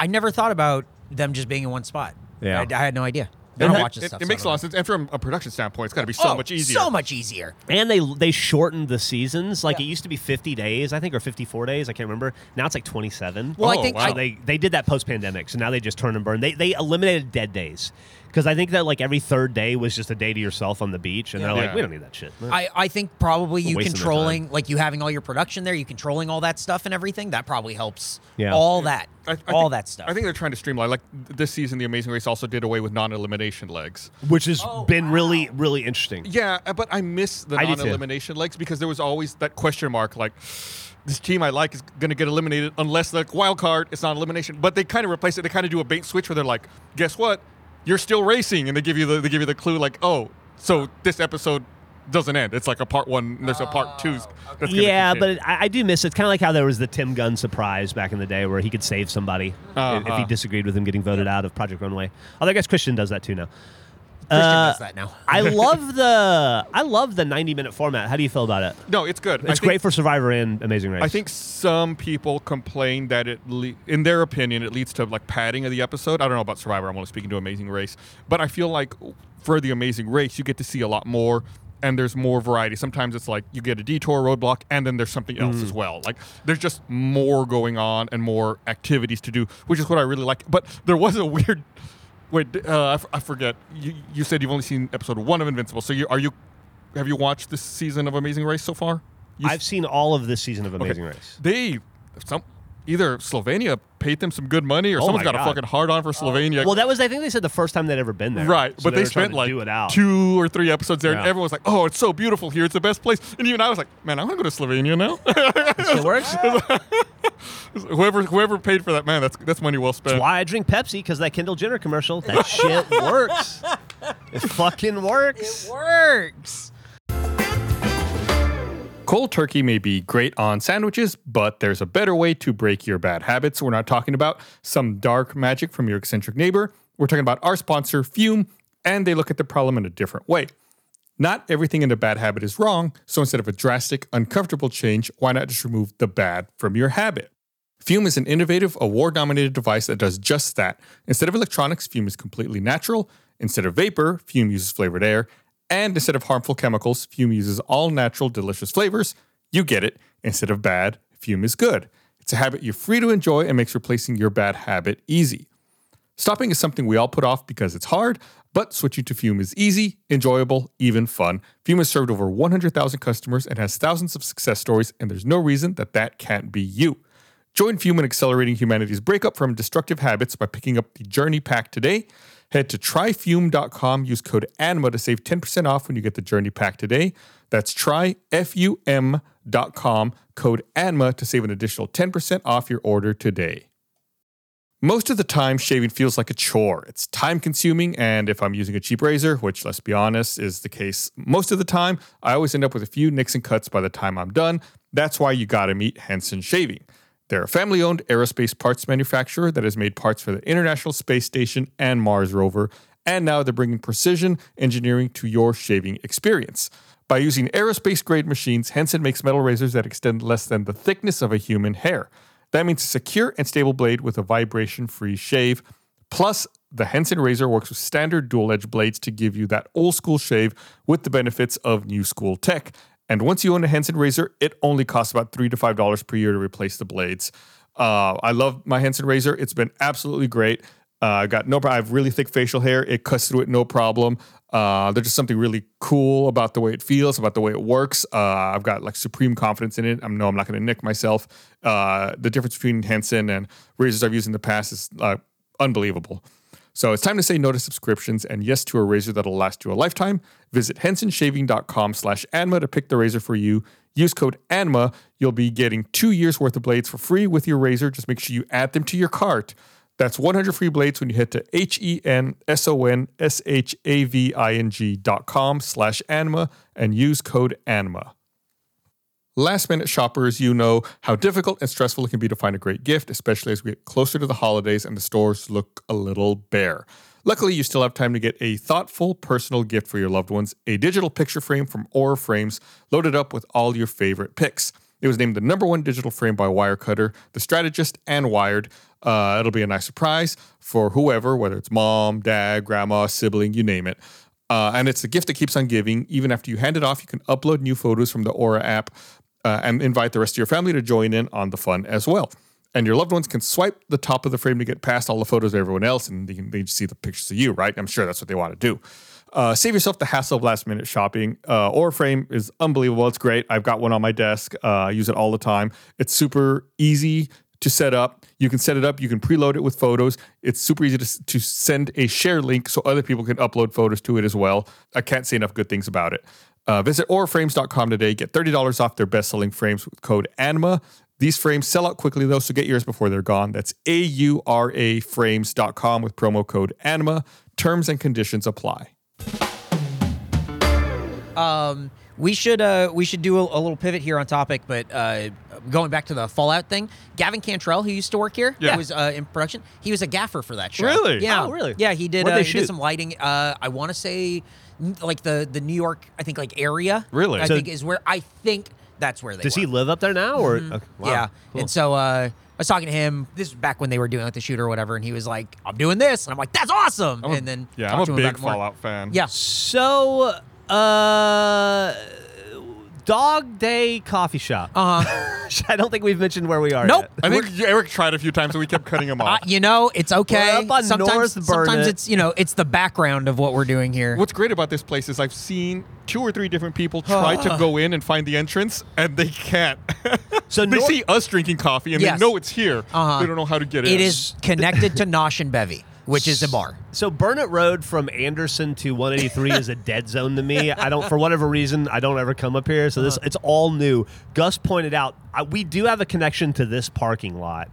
A: I never thought about them just being in one spot.
C: Yeah.
A: I, I had no idea. I
B: It,
A: don't
B: it-
A: watch this
B: it-
A: stuff.
B: it
A: so I
B: makes a
A: don't
B: lot of sense. And from a production standpoint, it's got to be
A: know.
B: so
A: Oh,
B: much easier.
A: So much easier.
C: and they they shortened the seasons. Like
D: Yeah.
C: it used to be 50 days, I think, or 54 days. I can't remember. Now it's like 27.
A: Well, I
B: Oh,
A: think
B: wow.
A: I,
C: So they they did that post pandemic, so now they just turn and burn. They they eliminated dead days because I think that like every third day was just a day to yourself on the beach, and they're like,
B: Yeah.
C: we don't need that shit.
A: I, I think probably you
C: wasting their
A: controlling, like you having all your production there, you controlling all that stuff and everything, that probably helps.
C: Yeah.
A: All that.
B: I- I
A: all
B: think-
A: that stuff.
B: I think they're trying to streamline. Like th- this season, The Amazing Race also did away with non-elimination legs.
C: Which has
A: Oh,
C: been really really interesting.
B: Yeah, uh, but I miss the
C: I do too.
B: non-elimination legs because there was always that question mark, like this team I like is going to get eliminated unless like wild card, it's not elimination. But they kind of replace it. They kind of do a bait switch where they're like, guess what, you're still racing, and they give you the they give you the clue like, oh, so this episode doesn't end. It's like a part one. And there's a part two. That's gonna
C: yeah, but
B: continue.
C: it, I, I do miss it. It's kind of like how there was the Tim Gunn surprise back in the day where he could save somebody i- if
B: Uh-huh.
C: he disagreed with him getting voted out of Project Runway. Although I guess Christian does that too now.
A: Christian
C: Uh,
A: does that now.
C: I love the I love the 90 minute format. How do you feel about it?
B: no, it's good. I
C: It's
B: think-
C: great for Survivor and Amazing Race.
B: I think some people complain that it, le- in their opinion, it leads to like padding of the episode. I don't know about Survivor. I'm only speaking to Amazing Race, but I feel like for the Amazing Race, you get to see a lot more, and there's more variety. Sometimes it's like you get a detour, roadblock, and then there's something else as well. Like there's just more going on and more activities to do, which is what I really like. But there was a weird. Wait, d- uh, I, f- I forget. You, you said you've only seen episode one of Invincible. So you are you have you watched this season of Amazing Race so far? You
C: I've seen all of this season of
B: Okay.
C: Amazing Race.
B: They some either Slovenia paid them some good money, or
C: Oh
B: someone's
C: my
B: got a
C: God.
B: fucking hard on for Slovenia.
C: Well, that was I think they said the first time they'd ever been there.
B: right,
C: So
B: but they,
C: were trying
B: spent
C: to
B: like
C: do it out.
B: two or three episodes there, and
C: Yeah.
B: everyone was like, "Oh, it's so beautiful here. It's the best place." And even I was like, "Man, I want to go to Slovenia now."
C: It works. That's
B: whoever whoever paid for that, man, that's that's money well spent.
C: why I drink Pepsi because that Kendall Jenner commercial. That shit works. It fucking works.
A: it works.
B: Cold turkey may be great on sandwiches, but there's a better way to break your bad habits. We're not talking about some dark magic from your eccentric neighbor. We're talking about our sponsor, Fume, and they look at the problem in a different way. Not everything in a bad habit is wrong, so instead of a drastic, uncomfortable change, why not just remove the bad from your habit? Fume is an innovative, award nominated device that does just that. Instead of electronics, Fume is completely natural. Instead of vapor, Fume uses flavored air. And instead of harmful chemicals, Fume uses all natural, delicious flavors. You get it. Instead of bad, Fume is good. It's a habit you're free to enjoy and makes replacing your bad habit easy. Stopping is something we all put off because it's hard, but switching to Fume is easy, enjoyable, even fun. Fume has served over 100,000 customers and has thousands of success stories, and there's no reason that that can't be you. Join Fume in accelerating humanity's breakup from destructive habits by picking up the Journey Pack today. Head to tryfume.com, use code ANMA to save 10% off when you get the Journey Pack today. That's tryfum.com, code ANMA to save an additional 10% off your order today. Most of the time, shaving feels like a chore. It's time consuming, and if I'm using a cheap razor, which let's be honest is the case most of the time, I always end up with a few nicks and cuts by the time I'm done. That's why you gotta meet Henson Shaving. They're a family owned aerospace parts manufacturer that has made parts for the International Space Station and Mars rover, and now they're bringing precision engineering to your shaving experience. By using aerospace grade machines, Henson makes metal razors that extend less than the thickness of a human hair. That means a secure and stable blade with a vibration free shave. Plus, the Henson razor works with standard dual edge blades to give you that old school shave with the benefits of new school tech. And once you own a Henson razor, it only costs about three to five dollars per year to replace the blades. Uh, I love my Henson razor; it's been absolutely great. Uh, I got no. pro- I have really thick facial hair; it cuts through it no problem. Uh, there's just something really cool about the way it feels, about the way it works. Uh, I've got like supreme confidence in it. I am no, I'm not going to nick myself. Uh, the difference between Henson and razors I've used in the past is uh, unbelievable. So it's time to say no to subscriptions and yes to a razor that'll last you a lifetime. Visit hensonshaving.com slash ANMA to pick the razor for you. Use code ANMA. You'll be getting two years worth of blades for free with your razor. Just make sure you add them to your cart. That's 100 free blades when you head to E H-E-N-S-O-N-S-H-A-V-I-N-G dot com slash ANMA and use code ANMA. Last minute shoppers, you know how difficult and stressful it can be to find a great gift, especially as we get closer to the holidays and the stores look a little bare. Luckily, you still have time to get a thoughtful, personal gift for your loved ones a digital picture frame from Aura Frames, loaded up with all your favorite picks. It was named the number one digital frame by Wirecutter, The Strategist, and Wired. Uh, it'll be a nice surprise for whoever, whether it's mom, dad, grandma, sibling, you name it. Uh, and it's a gift that keeps on giving. Even after you hand it off, you can upload new photos from the Aura app uh, and invite the rest of your family to join in on the fun as well. And your loved ones can swipe the top of the frame to get past all the photos of everyone else, and they can they just see the pictures of you, right? I'm sure that's what they want to do. Uh, save yourself the hassle of last minute shopping. Uh, Aura Frame is unbelievable. It's great. I've got one on my desk. Uh, I use it all the time. It's super easy to set up. You can set it up. You can preload it with photos. It's super easy to, s- to send a share link so other people can upload photos to it as well. I can't say enough good things about it. Uh, visit auraframes.com today. Get $30 off their best selling frames with code ANMA. These frames sell out quickly though, so get yours before they're gone. That's A U R A frames.com with promo code ANMA. Terms and conditions apply.
A: Um, we should uh, we should do a, a little pivot here on topic, but uh, going back to the Fallout thing, Gavin Cantrell, who used to work here,
B: Yeah.
A: who was uh, in production. He was a gaffer for that show.
B: Really?
A: Yeah,
C: Oh, really?
A: Yeah, he did.
C: What'd
A: Uh,
C: they
A: he did
C: shoot?
A: some lighting. Uh, I want to say, n- like the the New York, I think like area.
B: Really?
A: I
B: So-
A: think is where I think that's where they.
C: Does
A: were.
C: he live up there now? Or okay, wow,
A: Yeah.
C: cool.
A: And so uh, I was talking to him. This is back when they were doing like the shoot or whatever, and he was like, "I'm doing this," and I'm like, "That's awesome!"
B: I'm a-
A: and then
B: yeah,
A: talked
B: I'm
A: to
B: a
A: him about
B: big
A: it more.
B: Fallout fan.
A: Yeah.
C: So, uh, Dog Day Coffee Shop.
A: Uh huh.
B: Uh-huh.
C: I don't think we've mentioned where we are.
A: Nope.
C: yet.
B: I think Eric tried a few times and we kept cutting him
A: Uh,
B: off.
A: you know, it's okay.
C: We're up on
A: sometimes,
C: North
A: sometimes
C: Burnett.
A: it's you know, it's the background of what we're doing here.
B: What's great about this place is I've seen two or three different people try to go in and find the entrance and they can't.
C: So
B: they
C: Nor-
B: see us drinking coffee and
A: Yes.
B: they know it's here.
A: Uh-huh.
B: They don't know how to get in.
A: It is connected to Nosh and Bevy, which is a bar.
C: So Burnett Road from Anderson to 183 is a dead zone to me. I don't, for whatever reason, I don't ever come up here. So this,
B: Uh-huh.
C: it's all new. Gus pointed out I, we do have a connection to this parking lot.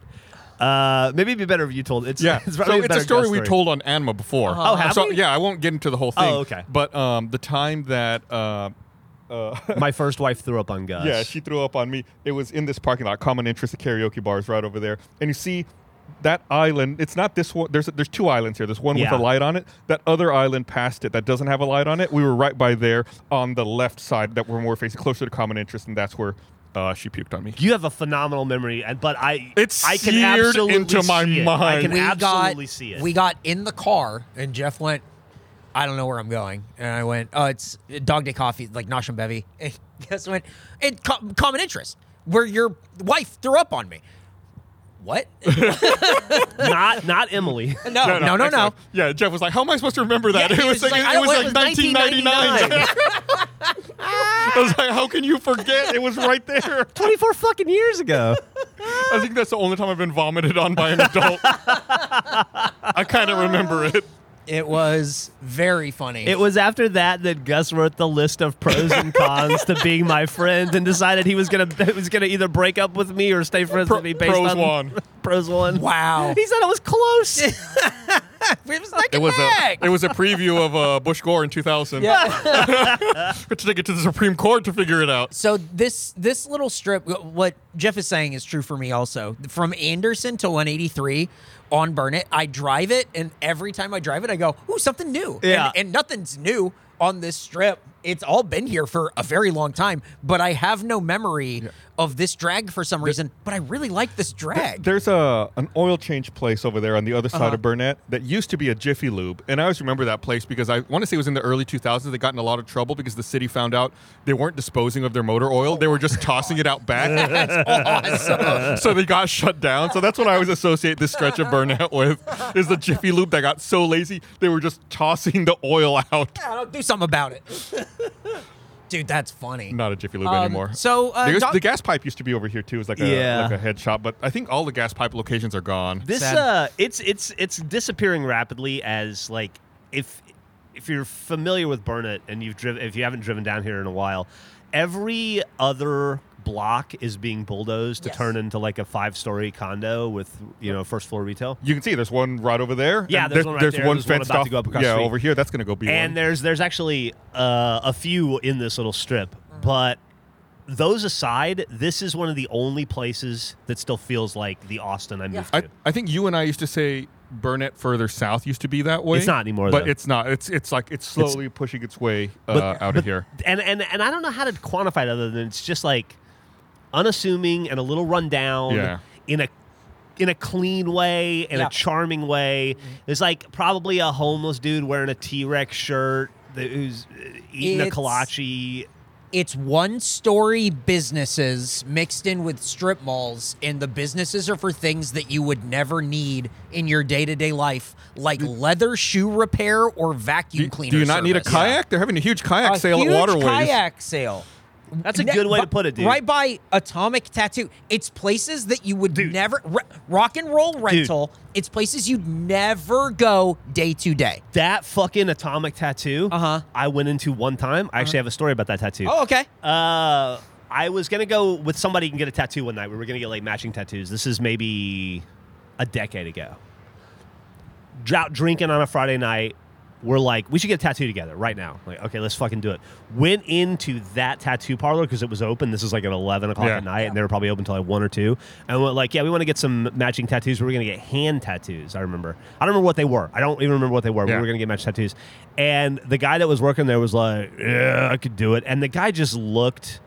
C: Uh, maybe it'd be better if you told. It's
B: Yeah,
C: it's
B: so
C: probably
B: it's
C: better
B: a story
C: Gus
B: we told on Anima before.
C: Oh, have
B: so,
C: we?
B: Yeah, I won't get into the whole thing.
C: Oh, okay.
B: But um, the time that uh,
C: My first wife threw up on Gus.
B: yeah she threw up on me, it was in this parking lot. Common interest, the karaoke bar is right over there, and you see that island. It's not this one. There's there's two islands here. There's one
C: Yeah.
B: with a light on it. That other island past it that doesn't have a light on it. We were right by there on the left side that we're more facing closer to common interest, and that's where uh, she puked on me.
C: You have a phenomenal memory, and but I
B: It's
C: I can
B: seared
C: absolutely
B: into my
C: see it. I
B: mind.
C: can
A: we
C: absolutely
A: got,
C: see it.
A: We got in the car, and Jeff went, I don't know where I'm going. And I went, oh, it's Dog Day Coffee, like Nosh and Bevy. And Gus went, and co- common interest, where your wife threw up on me. What?
C: not not Emily.
A: No, no, no, no.
B: excellent. Yeah, Jeff was like, "How am I supposed to remember that?"
A: Yeah,
B: it
A: he
B: was
A: was
B: like,
A: like, I
B: it
A: don't-
B: was
A: well, it
B: like
A: was
B: 1999.
A: 1999.
B: I was like, "How can you forget? It was right there."
C: Twenty four fucking years ago.
B: I think that's the only time I've been vomited on by an adult. I kind of remember it.
A: It was very funny.
C: It was after that that Gus wrote the list of pros and cons to being my friend and decided he was gonna was gonna either break up with me or stay friends
B: Pro-
C: with me based
B: pros
C: on
B: won.
C: pros one.
A: Wow.
C: he said it was close.
A: it was like
B: It was
A: back.
B: a it was a preview of uh, Bush Gore in 2000.
A: yeah.
B: We had to take it to the Supreme Court to figure it out.
A: So this this little strip, wh- what Jeff is saying is true for me also. From Anderson to 183 on Burnett, I drive it, and every time I drive it, I go, "Ooh, something new."
C: Yeah.
A: And, and nothing's new on this strip. it's all been here for a very long time, but I have no memory of this drag for some reason. But I really like this drag.
B: There's a an oil change place over there on the other side of Burnett that used to be a Jiffy Lube, and I always remember that place because I want to say it was in the early 2000s. They got in a lot of trouble because the city found out they weren't disposing of their motor oil; they were just tossing it out back.
A: awesome.
B: so they got shut down. So that's what I always associate this stretch of Burnett with is the Jiffy Lube that got so lazy they were just tossing the oil out.
A: I don't do something about it, dude. That's funny.
B: Not a Jiffy Lube
C: Um,
B: anymore.
A: so, uh,
B: There used-
A: Doc-
B: the gas pipe used to be over here too. It was like a
C: Yeah.
B: like a head shop, but I think all the gas pipe locations are gone.
C: This
A: Sad.
C: uh it's it's it's disappearing rapidly as like if if you're familiar with Burnet and you've driven if you haven't driven down here in a while, every other block is being bulldozed to
D: Yes.
C: turn into like a five story condo with you know first floor retail.
B: You can see there's one right over there.
C: Yeah,
B: and
C: there's one right
B: there's
C: there,
B: one
C: there's one
B: fenced
C: about
B: off.
C: to go up across the
B: yeah,
C: street.
B: over here, that's gonna go be one.
C: And there's there's actually uh, a few in this little strip, but those aside, this is one of the only places that still feels like the Austin I moved
B: I,
C: to.
B: I think you and I used to say Burnett further south used to be that way.
C: It's not anymore,
B: But
C: though.
B: it's not. It's it's like it's slowly pushing its way uh, out of here.
C: And and and I don't know how to quantify it other than it's just like unassuming and a little rundown
B: Yeah.
C: in a in a clean way, in
D: Yeah.
C: a charming way.
A: Mm-hmm.
C: There's like probably a homeless dude wearing a T-Rex shirt that, who's uh, eating
A: It's-
C: a kolache.
A: it's one story businesses mixed in with strip malls and the businesses are for things that you would never need in your day-to-day life like leather shoe repair or vacuum
B: Do,
A: cleaner
B: do you not need a
A: service.
B: kayak? They're having a huge kayak
A: a
B: sale
A: huge
B: at Waterways.
A: kayak sale
C: That's a
A: Ne-
C: good way to
A: bu-
C: put it, dude.
A: Right by Atomic Tattoo. It's places that you would never re- rock and roll rental. It's places you'd never go day to day.
C: That fucking atomic tattoo.
A: Uh-huh.
C: I went into one time. I actually have a story about that tattoo.
A: Oh, okay.
C: Uh, I was gonna go with somebody and get a tattoo one night. We were gonna get like matching tattoos. This is maybe a decade ago. Drought drinking on a Friday night. We're like, we should get a tattoo together right now. Like, okay, let's fucking do it. Went into that tattoo parlor because it was open. This is like at eleven o'clock
B: Yeah.
C: at night, and they were probably open till like one or two. And we're like, yeah, we want to get some matching tattoos. We We're gonna get hand tattoos. I remember. I don't remember what they were. I don't even remember what they were.
B: Yeah.
C: We were gonna get matched tattoos. And the guy that was working there was like, yeah, I could do it. And the guy just looked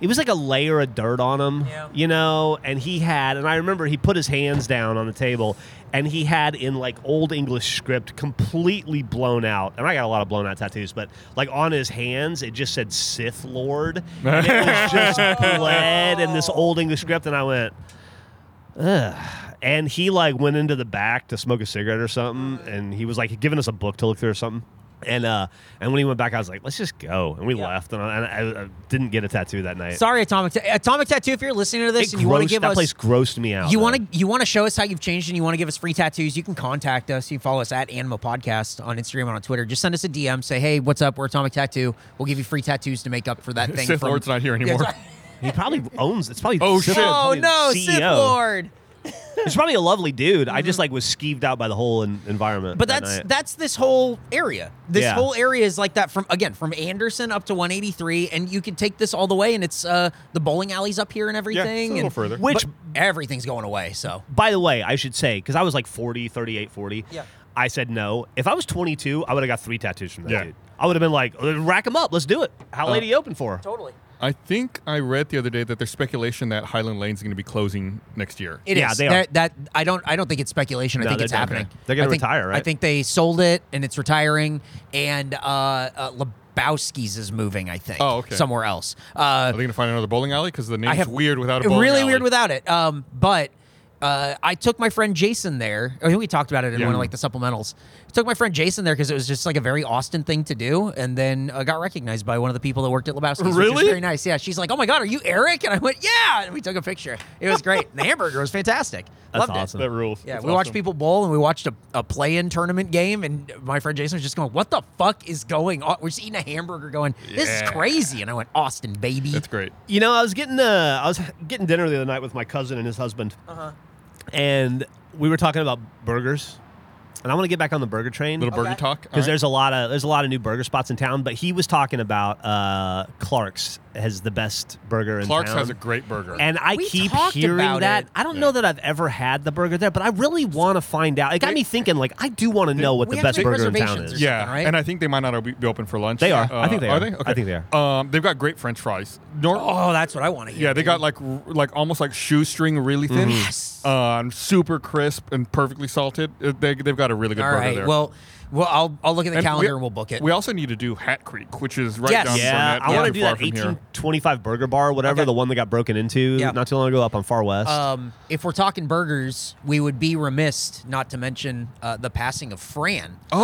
C: it was like a layer of dirt on him,
A: Yeah.
C: you know, and he had, and I remember he put his hands down on the table and he had in like old English script completely blown out. And I got a lot of blown out tattoos, but like on his hands, it just said Sith Lord. And it was just bled in this old English script. And I went, Ugh. And he like went into the back to smoke a cigarette or something, and he was like giving us a book to look through or something. And uh, and when he went back, I was like, let's just go, and we
A: Yeah.
C: left, and I, and I, I didn't get a tattoo that night.
A: Sorry, Atomic Ta- Atomic Tattoo. If you're listening to this
C: It
A: and you want to
C: grossed-
A: give
C: that
A: us
C: place grossed me out.
A: you
C: though.
A: want to you want to show us how you've changed and you want to give us free tattoos you can contact us you can follow us at anima podcast on instagram and on twitter just send us a dm say hey what's up we're atomic tattoo we'll give you free tattoos to make up for that thing
B: Sith
A: from-
B: Lord's not here anymore.
C: He probably owns. It's probably.
B: Oh,
C: Sith-
B: shit.
A: oh
C: probably
A: no
C: CEO.
A: Sith lord Mm-hmm.
C: He's probably a lovely dude. I just like was skeeved out by the whole en- environment.
A: but
C: that
A: that's
C: night.
A: that's this whole area this
C: Yeah.
A: whole area is like that from again from anderson up to 183 and you can take this all the way and it's uh the bowling alleys up here and
B: yeah, it's
A: everything
B: a little
A: and
B: further.
C: Which,
A: but everything's going away so
C: by the way, I should say because I was like 40, 38, 40.
A: Yeah.
C: I said no. If I was 22, I would have got three tattoos from that
B: Yeah. Uh,
C: dude. I would have been like, rack them up. Let's do it. How late are you open for?
A: totally
B: I think I read the other day that there's speculation that Highland Lane's going to be closing next year.
A: It is
C: Yeah, they are.
A: That, that I don't. I don't think it's speculation.
C: No,
A: I think
C: they're
A: it's
C: done.
A: happening.
C: They're gonna
A: I think-
C: retire, right?
A: I think they sold it and it's retiring. And uh, uh, Lebowski's is moving. I think.
B: Oh, okay.
A: Somewhere else. Uh,
B: Are they going to find another bowling alley? Because the name's
A: I have
B: weird without a bowling
A: really
B: alley.
A: weird without it. Um, but uh, I took my friend Jason there. I think we talked about it in
B: Yeah.
A: one of like the supplementals. I took my friend Jason there because it was just like a very Austin thing to do, and then uh, got recognized by one of the people that worked at Lebowski's. which was
B: Really?
A: very nice. Yeah, she's like, "Oh my god, are you Eric?" And I went, "Yeah," and we took a picture. It was great. the hamburger was fantastic.
C: That's
A: Loved it.
C: awesome.
B: That rules.
A: Yeah,
B: That's
A: we watched
B: awesome.
A: people bowl and we watched a, a play in tournament game, and my friend Jason was just going, What the fuck is going on? We're just eating a hamburger going, This
B: Yeah.
A: is crazy. And I went, Austin, baby.
B: That's great.
C: You know, I was getting uh, I was getting dinner the other
A: Uh-huh.
C: night with my cousin and his husband, and we were talking about burgers, And I want to get back on the burger train
B: Little burger
D: Okay.
B: talk. all right.
C: because there's a lot of there's a lot of new burger spots in town. But he was talking about uh, Clark's has the best burger in
B: Clark's
C: town.
B: has a great burger.
C: and I
A: We
C: keep
A: talked
C: hearing
A: about
C: that.
A: it.
C: I don't
B: Yeah.
C: know that I've ever had the burger there, but I really want to find out. It got
B: They-
C: me thinking. Like I do want to know what
A: we
C: the
A: have to
C: best
A: make
C: burger in town
A: reservations or
C: is.
A: something,
B: yeah,
A: right?
B: and I think they might not be be open for lunch.
C: They are. I think they are.
B: they?
C: I
B: Okay.
C: think they
B: are. Um, they've got great French fries. Nor-
A: Oh, that's what I want to hear.
B: Yeah, they
A: dude.
B: got like r- like almost like shoestring, really
A: Mm-hmm.
B: thin,
A: Yes.
B: um, super crisp and perfectly salted. Uh, They they've got a really good
A: All
B: burger
A: right.
B: there.
A: Well, well, I'll I'll look at the
B: And
A: calendar
B: we,
A: and we'll book it.
B: We also need to do Hat Creek, which is right
A: Yes.
B: down
C: Yeah,
B: from
C: I
B: not
C: want to
B: too
C: do
B: far
C: that
B: from here.
C: 1825 Burger Bar, whatever
A: Okay.
C: the one that got broken into
A: Yeah.
C: not too long ago up on Far West.
A: um, if we're talking burgers, we would be remiss not to mention uh, the passing of Fran.
B: Oh,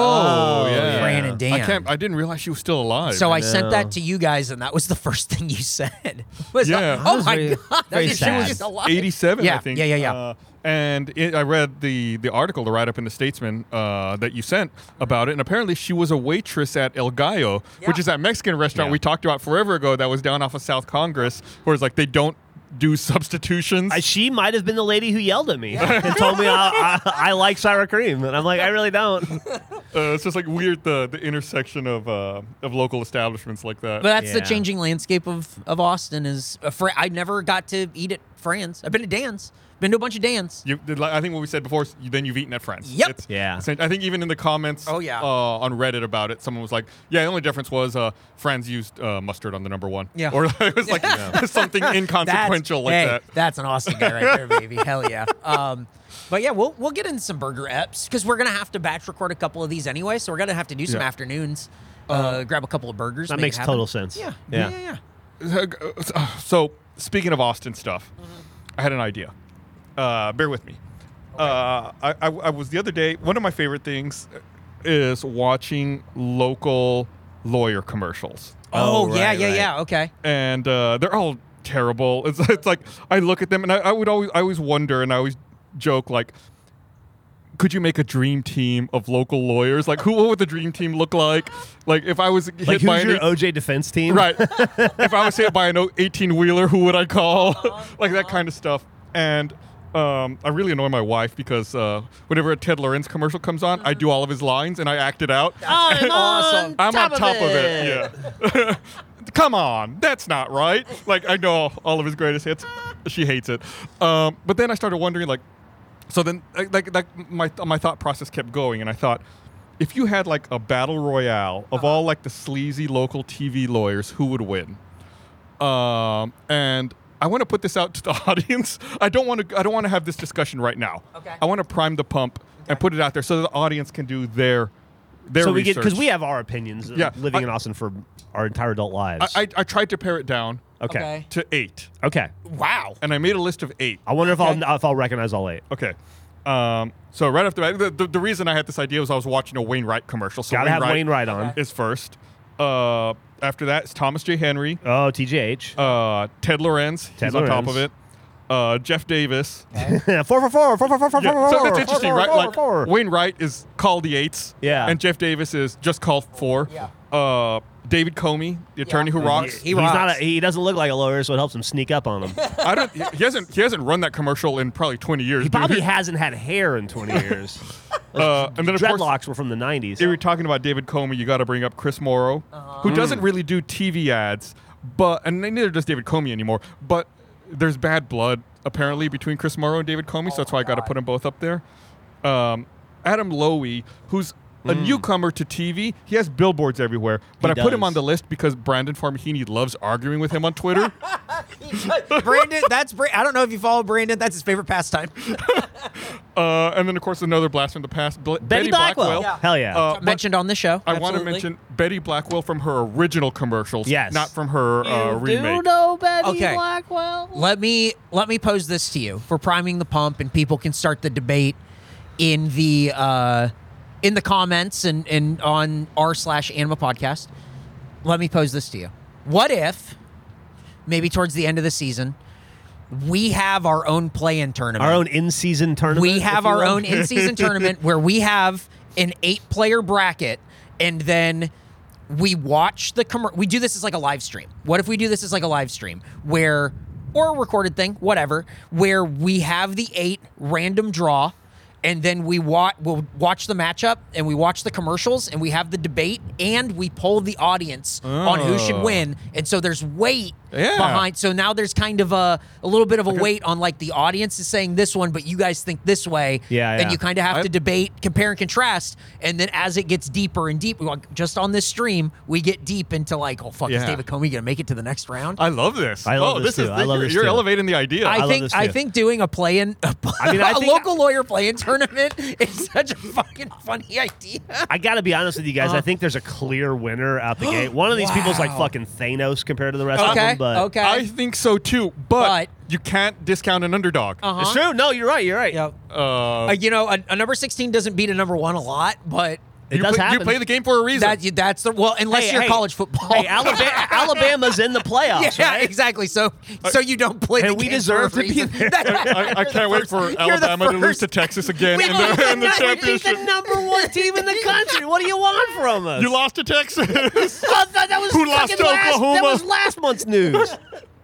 C: Oh,
B: yeah,
A: Fran and Dan.
B: I can't. I didn't realize she was still alive.
A: So I,
C: know.
A: sent that to you guys, and that was the first thing you said. Was like,
B: Yeah.
A: oh my
C: Very-
A: god,
C: very
A: that
C: sad.
A: is alive.
B: 87,
A: Yeah,
B: I think.
A: yeah, yeah, yeah.
B: Uh, and it, I read the, the article, the write up in the Statesman uh, that you sent about it. And apparently, she was a waitress at El Gallo, which
A: Yeah.
B: is that Mexican restaurant
C: Yeah.
B: we talked about forever ago that was down off of South Congress, where it's like they don't do substitutions.
C: I- she might have been the lady who yelled at me and told me I, I, I like sour cream, and I'm like, I really don't.
B: uh, it's just like weird the, the intersection of, uh, of local establishments like that.
A: But that's the
C: Yeah.
A: changing landscape of, of Austin. Is a Fra- I never got to eat at Fran's. I've been to Dan's. Been to a bunch of Dan's.
B: You, like, I think what we said before, is you- then you've eaten at friends.
A: Yep.
C: Yeah.
B: it's- I think even in the comments
A: Oh, yeah.
B: uh, on Reddit about it, someone was like, yeah, the only difference was uh, friends used uh, mustard on the number one.
A: Yeah.
B: Or it was like something inconsequential like
A: hey,
B: that.
A: That's an Austin guy right there, baby. Hell yeah. Um, but yeah, we'll we'll get into some burger eps because we're gonna have to batch record a couple of these anyway. So we're gonna have to do some
B: Yeah.
A: afternoons. Uh, grab a couple of burgers.
C: That
A: make it
C: makes
A: happen.
C: total sense.
A: Yeah.
C: Yeah.
A: Yeah. Yeah. yeah.
B: So, speaking of Austin stuff, I had an idea. Uh, bear with me. Uh, I, I, I was the other day, one of my favorite things is watching local lawyer commercials.
A: Oh,
C: Oh,
A: yeah,
C: right,
A: yeah,
C: right.
A: yeah. Okay.
B: and uh, they're all terrible. It's, it's like I look at them and I, I would always I always wonder and I always joke like, could you make a dream team of local lawyers? Like who what would the dream team look like? Like if I was hit
C: Like,
B: by
C: who's
B: an
C: your
B: eight-
C: OJ defense team?
B: right, if I was hit by an eighteen wheeler, who would I call? like that kind of stuff. And um, I really annoy my wife because uh, whenever a Ted Lorenz commercial comes on, I do all of his lines and I act it out.
A: I'm awesome.
B: I'm on Oh, top of it. Yeah. Come on, that's not right. Like I know all of his greatest hits. She hates it. Um, but then I started wondering, like, so then like, like like my my thought process kept going, and I thought, if you had like a battle royale of all like the sleazy local TV lawyers, who would win? Um, and I want to put this out to the audience. I don't want to. I don't want to have this discussion right now.
A: Okay.
B: I want to prime the pump and put it out there so the audience can do their their
C: So we get
B: research.
C: because we have our opinions. Of
B: Yeah,
C: living
B: I-
C: in Austin for our entire adult lives.
B: I, I, I tried to pare it down
C: okay.
B: to eight,
C: Okay.
A: Wow.
B: and I made a list of eight.
C: I wonder if
A: Okay.
C: I'll if I'll recognize all eight.
B: Okay. Um, so right off the bat, the, the, the reason I had this idea was I was watching a Wainwright commercial. So
C: Gotta have
B: Wainwright
C: Wainwright on.
B: is first. Uh, after that, it's Thomas J. Henry,
C: Oh, TGH.
B: uh, Ted Lorenz.
C: Ted
B: he's on top of it.
C: Lorenz.
B: Uh, Jeff Davis.
C: four for four, four for four, four
B: Yeah,
C: for
B: so
C: four,
B: that's
C: four
B: interesting,
C: for
B: right?
C: four,
B: like
C: four.
B: Wainwright is call the eights,
C: Yeah.
B: and Jeff Davis is just call four.
D: Yeah.
B: Uh, David Comey, the attorney who rocks.
A: He
C: He's not. A,
A: rocks.
C: he doesn't look like a lawyer, so it helps him sneak up on him.
B: I don't. He hasn't. He hasn't run that commercial in probably twenty years.
C: He
B: dude.
C: probably hasn't had hair in 20 years.
B: Uh, and then of course,
C: Dreadlocks were from the 90s.
B: if you're talking about David Comey, you got to bring up Chris Morrow,
C: Uh-huh.
B: who doesn't really do TV ads, but and neither does David Comey anymore. But there's bad blood apparently between Chris Morrow and David Comey, so
C: Oh
B: that's why I got to put them both up there. Um, Adam Lowy, who's a newcomer to TV, he has billboards everywhere, but I
C: Mm. He
B: put him
C: does.
B: on the list because Brandon Farmahini loves arguing with him on Twitter.
A: Brandon, that's Bra- I don't know if you follow Brandon. That's his favorite pastime.
B: uh, and then of course another blast from the past, Bl-
C: Betty, Blackwell.
B: Blackwell.
C: Hell yeah.
B: Uh, but-
A: Mentioned on the show.
B: I want to mention Betty Blackwell from her original commercials,
C: Yes.
B: not from her uh, remake.
C: know Betty
A: Okay.
C: Blackwell?
A: Let me let me pose this to you for priming the pump, and people can start the debate in the uh, in the comments and and on r slash anima podcast. Let me pose this to you. What if maybe towards the end of the season we have our own play-in tournament?
C: Our own in-season tournament.
A: We
C: if
A: have
C: you
A: our
C: will.
A: own in season tournament where we have an eight player bracket and then we watch the com- we do this as like a live stream. What if we do this as like a live stream where or a recorded thing, whatever, where we have the eight random draw and then we wa- we'll watch the matchup and we watch the commercials and we have the debate and we poll the audience on who should
B: Oh.
A: win. And so there's weight
B: Yeah.
A: behind. So now there's kind of a, a little bit of a weight on like the audience is saying this one, but you guys think this way.
C: Yeah, yeah.
A: And you kind of have
B: I-
A: to debate, compare and contrast. And then as it gets deeper and deeper, like, just on this stream, we get deep into like, oh, fuck, is
B: Yeah.
A: David Comey going to make it to the next round?
B: I love this.
C: I love
B: oh,
C: this
B: Is,
C: too. I love
B: you're,
C: this
B: You're
C: too.
B: elevating the idea.
A: I
C: love
A: think
C: this
A: I
C: too.
A: think doing a play in I
C: mean, I think-
A: local lawyer play in tournament is such a fucking funny idea.
C: I got to be honest with you guys. I think there's a clear winner out the gate. One of these people's like
A: Uh-huh. Wow.
C: fucking Thanos compared to the rest of
A: Okay.
C: them. But
A: okay.
B: I think so too,
A: But-
B: but, you can't discount an underdog.
A: Uh-huh.
C: It's true. No, you're right. You're right.
A: Yep.
B: Uh,
A: Uh, you know, a, a number sixteen doesn't beat a number one a lot, but
C: It
B: you
C: does
B: play,
C: happen.
B: You play the game for a reason.
A: that that's the well, unless
C: Hey,
A: you're
C: hey,
A: college football.
C: Hey, Alabama, Alabama's in the playoffs,
A: yeah,
C: right? Uh,
A: exactly. So so you don't play.
C: and
A: the
C: we
A: game
C: deserve
A: for a
C: to be
A: reason.
C: there.
B: I, I can't wait for
A: first- you're the
B: Alabama to lose
A: first.
B: to Texas again
A: We
B: in
A: lost
B: the, in the
A: to Texas.
B: championship.
C: the number one team in the country. What do you want from us?
B: You lost to Texas.
C: I thought that was
B: Who lost
C: fucking
B: to
C: last, That
B: Oklahoma?
C: was last month's news.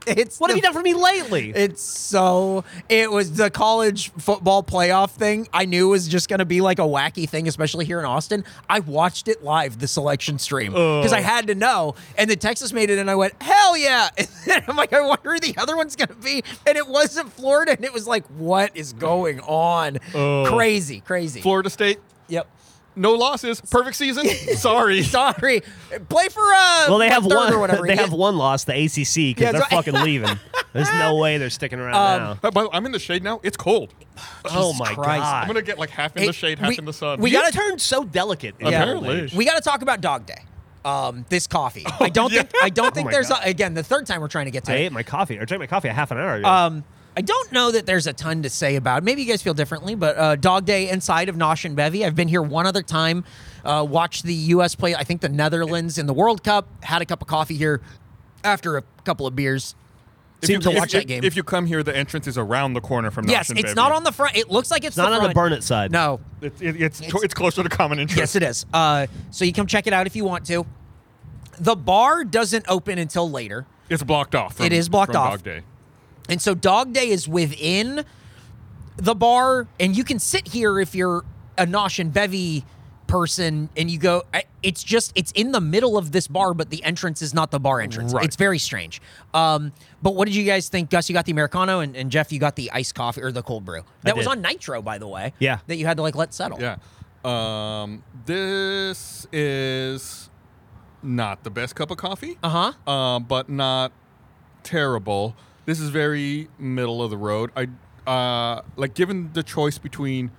A: It's
C: What
A: the
C: have you done for me lately?
A: It's so it was the college football playoff thing. I knew was just going to be like a wacky thing, especially here in Austin. I watched it live the selection stream because I had to know. And then Texas made it, and I went, "Hell yeah!" And then I'm like, "I wonder who the other one's going to be." And it wasn't Florida, and it was like, "What is going on?" Crazy, crazy.
B: Florida State,
A: yep.
B: no losses. Perfect season. Sorry.
A: Sorry. Play for uh.
C: well, they have
A: third
C: one.
A: or whatever.
C: They
A: Yeah.
C: have one loss, the ACC, because
A: Yeah,
C: they're
A: so-
C: fucking leaving. There's no way they're sticking around now.
B: Uh, by the way, I'm in the shade now. It's cold.
C: oh
A: Jesus
C: my
A: Christ.
C: god!
B: I'm gonna get like half in
A: Hey,
B: the shade, half
A: we-
B: in the sun.
A: we
C: you
A: gotta-
C: turned so delicate. in
B: Yeah.
C: your old
B: Apparently.
C: age.
A: We got to talk about Dog Day. Um, this coffee.
B: Oh,
A: I don't think. I don't think
C: my
A: there's a,
C: God.
A: again the third time we're trying to get to.
C: I
A: it.
C: ate my coffee or drank my coffee a half an hour ago.
A: Um, I don't know that there's a ton to say about. it. Maybe you guys feel differently, but uh, Dog Day inside of Nosh and Bevy. I've been here one other time. Uh, watched the U.S. play. I think the Netherlands in the World Cup. Had a cup of coffee here after a couple of beers. Seemed to
B: if-
A: watch that
B: if-
A: game.
B: If you come here, the entrance is around the corner from.
A: yes,
B: Notch and
A: it's
B: Bevy.
A: not on the front. It looks like it's,
C: not on the
A: front.
C: burn it side.
A: No,
B: It's it, it's, it's closer to common
A: Yes,
B: interest.
A: it is. Uh, so you come check it out if you want to. The bar doesn't open until later.
B: It's blocked off. From,
A: It is blocked
B: from
A: off.
B: Dog Day.
A: And so Dog Day is within the bar, and you can sit here if you're a Nosh and Bevy person, and you go. I- It's just it's in the middle of this bar, but the entrance is not the bar entrance.
B: Right.
A: It's very strange. Um, but what did you guys think, Gus? You got the americano, and, and Jeff, you got the iced coffee or the cold brew. That was
C: did.
A: on Nitro, by the way.
C: Yeah.
A: that you had to like let settle.
B: Yeah. Um, this is not the best cup of coffee.
A: Uh-huh.
B: Um, but not terrible. This is very middle of the road. I uh like given the choice between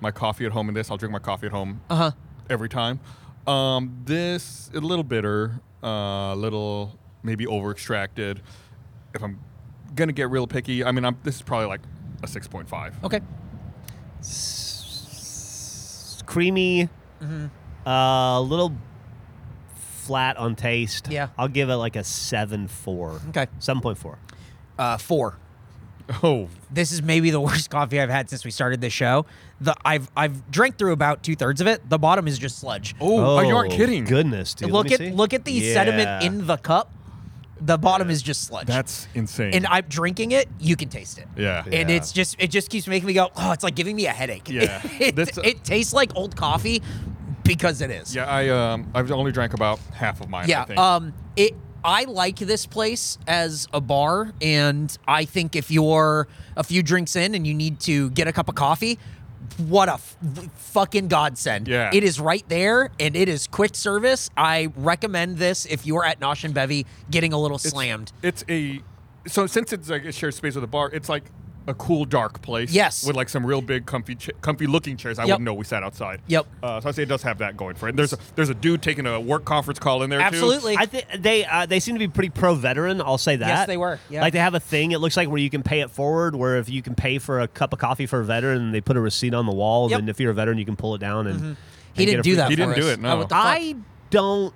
B: my coffee at home and this, I'll drink my coffee at home. Uh huh. Every time. Um, this a little bitter, uh, a little maybe over extracted. If I'm gonna get real picky, I mean, I'm this is probably like a six point five.
A: Okay.
C: S- creamy,
A: Mm-hmm.
C: a little flat on taste.
A: Yeah.
C: I'll give it like a seven four.
A: Okay.
C: seven point four.
A: Uh, four.
B: Oh,
A: this is maybe the worst coffee I've had since we started this show. The I've I've drank through about two thirds of it. The bottom is just sludge.
B: oh, you aren't kidding.
C: Goodness, dude.
A: look at
C: Let me see.
A: look at the
C: Yeah.
A: sediment in the cup. The bottom is just sludge.
B: That's insane.
A: and I'm drinking it. You can taste it.
B: yeah.
A: And
C: Yeah.
A: it's just it just keeps making me go. Oh, it's like giving me a headache.
B: Yeah.
A: it,
B: That's-
A: it tastes like old coffee because it is.
B: Yeah, I um, I've only drank about half of mine. I
A: Yeah.
B: think.
A: Um. It. I like this place as a bar, and I think if you're a few drinks in and you need to get a cup of coffee, what a f- fucking godsend!
B: Yeah.
A: It is right there, and it is quick service. I recommend this if you're at Nosh and Bevy getting a little slammed.
B: it's a so since it's like a shared space with a bar, it's like a cool dark place.
A: Yes.
B: with like some real big, comfy, cha- comfy looking chairs. I
A: Yep.
B: wouldn't know we sat outside.
A: Yep.
B: Uh, so I say it does have that going for it. There's a, there's a dude taking a work conference call in there. too.
A: Absolutely.
C: I think they uh, they seem to be pretty pro veteran. I'll say that.
A: they were, yeah.
C: Like they have a thing. It looks like where you can pay it forward. Where if you can pay for a cup of coffee for a veteran, they put a receipt on the wall. and
A: Yep.
C: Then if you're a veteran, you can pull it down and. and
A: he
C: get
A: didn't
C: a
A: do
C: free
A: that.
B: He
A: for us.
B: didn't do it, no.
A: Oh, what the fuck?
C: I don't.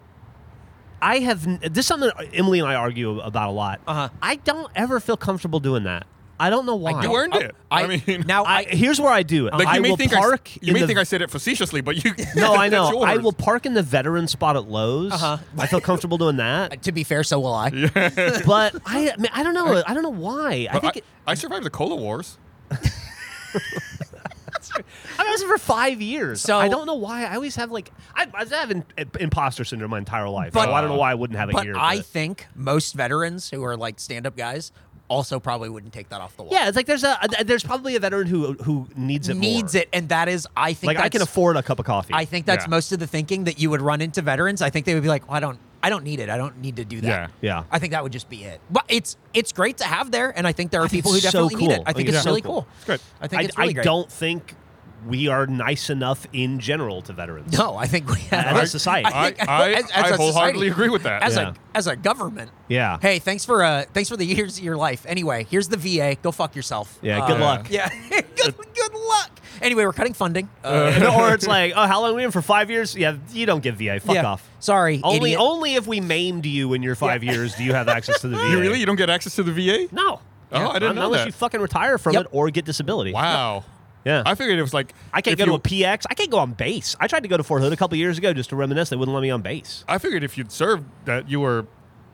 C: I have. n- This is something Emily and I argue about a lot.
A: Uh-huh.
C: I don't ever feel comfortable doing that. I don't know why.
B: You earned
A: Oh,
B: it. I, mean,
A: now
C: I, here's where I do it.
B: like you
C: I
B: may
C: will
B: think
C: park.
B: I, you
C: in
B: may
C: the-
B: think I said it facetiously, but you
C: No, I
B: that's
C: know. I
B: yours.
C: will park in the veteran spot at Lowe's.
A: Uh-huh.
C: I feel comfortable doing that.
A: to be fair, so will I.
C: but I, I, mean, I don't know. I don't know why. I
B: But I,
C: think. it-
B: I survived the cola wars.
C: I've had this for five years.
A: So-
C: So I don't know why. I always have like I, I have an, imposter syndrome my entire life.
A: But-
C: so I don't know why I wouldn't have it
A: But
C: here.
A: I think most veterans who are like stand-up guys also probably wouldn't take that off the wall.
C: yeah, it's like there's a there's probably a veteran who who needs it
A: needs
C: more.
A: it, and that is I think
C: Like I
A: that's-
C: can afford a cup of coffee.
A: I think that's
B: Yeah.
A: most of the thinking that you would run into veterans. I think they would be like, well, I don't, I don't need it. I don't need to do that.
B: Yeah.
C: Yeah.
A: I think that would just be it. But it's it's great to have there, and I think there are
C: think
A: people who
C: it's so
A: definitely need it.
C: cool.
A: I
C: I
A: think
C: think
A: it's,
C: it's so
A: really
C: cool.
A: cool.
B: It's good.
A: I think
C: I,
A: it's really
C: I
A: great.
C: don't think we are nice enough in general to veterans.
A: No, I think we
C: As a society.
A: I, think-
B: I- I-
A: as- as
B: I
A: a society,
B: wholeheartedly agree with that.
A: As
C: Yeah.
A: a as a government.
C: Yeah.
A: Hey, thanks for uh thanks for the years of your life. Anyway, here's the VA. Go fuck yourself.
C: Yeah, good
A: Uh,
C: luck.
A: Yeah. good, good luck. Anyway, we're cutting funding. Uh,
C: or it's like, oh, how long we in for five years? Yeah, you don't give VA. Fuck
A: yeah.
C: off.
A: Sorry.
C: Only
A: idiot.
C: only if we maimed you in your five years do you have access to the VA.
B: You really? You don't get access to the VA?
C: No.
B: Oh, I didn't know
C: unless
B: that.
C: you fucking retire from
A: Yep.
C: it or get disability.
B: Wow.
C: Yeah.
B: I figured it was like
C: I can't
B: if
C: go
B: you-
C: to a PX. I can't go on base. I tried to go to Fort Hood a couple years ago just to reminisce. They wouldn't let me on base.
B: I figured if you'd served that you were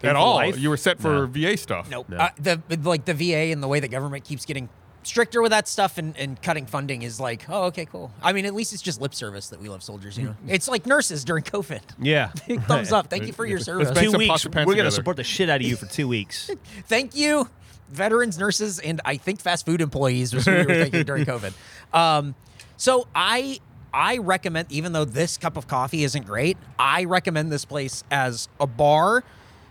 C: In
B: at
C: for
B: all
C: life?
B: you were set for
C: No.
B: VA stuff.
A: Nope.
C: No.
A: Uh, the the- like the VA and the way the government keeps getting stricter with that stuff and, and cutting funding is like, oh, okay, cool. I mean, at least it's just lip service that we love soldiers. You know,
B: Mm-hmm.
A: it's like nurses during COVID.
C: Yeah.
A: Big Thumbs up. Thank you for your
B: It's
A: service.
B: been-
C: two
B: some
C: weeks.
B: pots
C: We're
B: and pans
C: going to
B: together.
C: support the shit out of you for two weeks.
A: Thank you, veterans, nurses, and I think fast food employees was who we were thinking during COVID. Um, so I I recommend, even though this cup of coffee isn't great, I recommend this place as a bar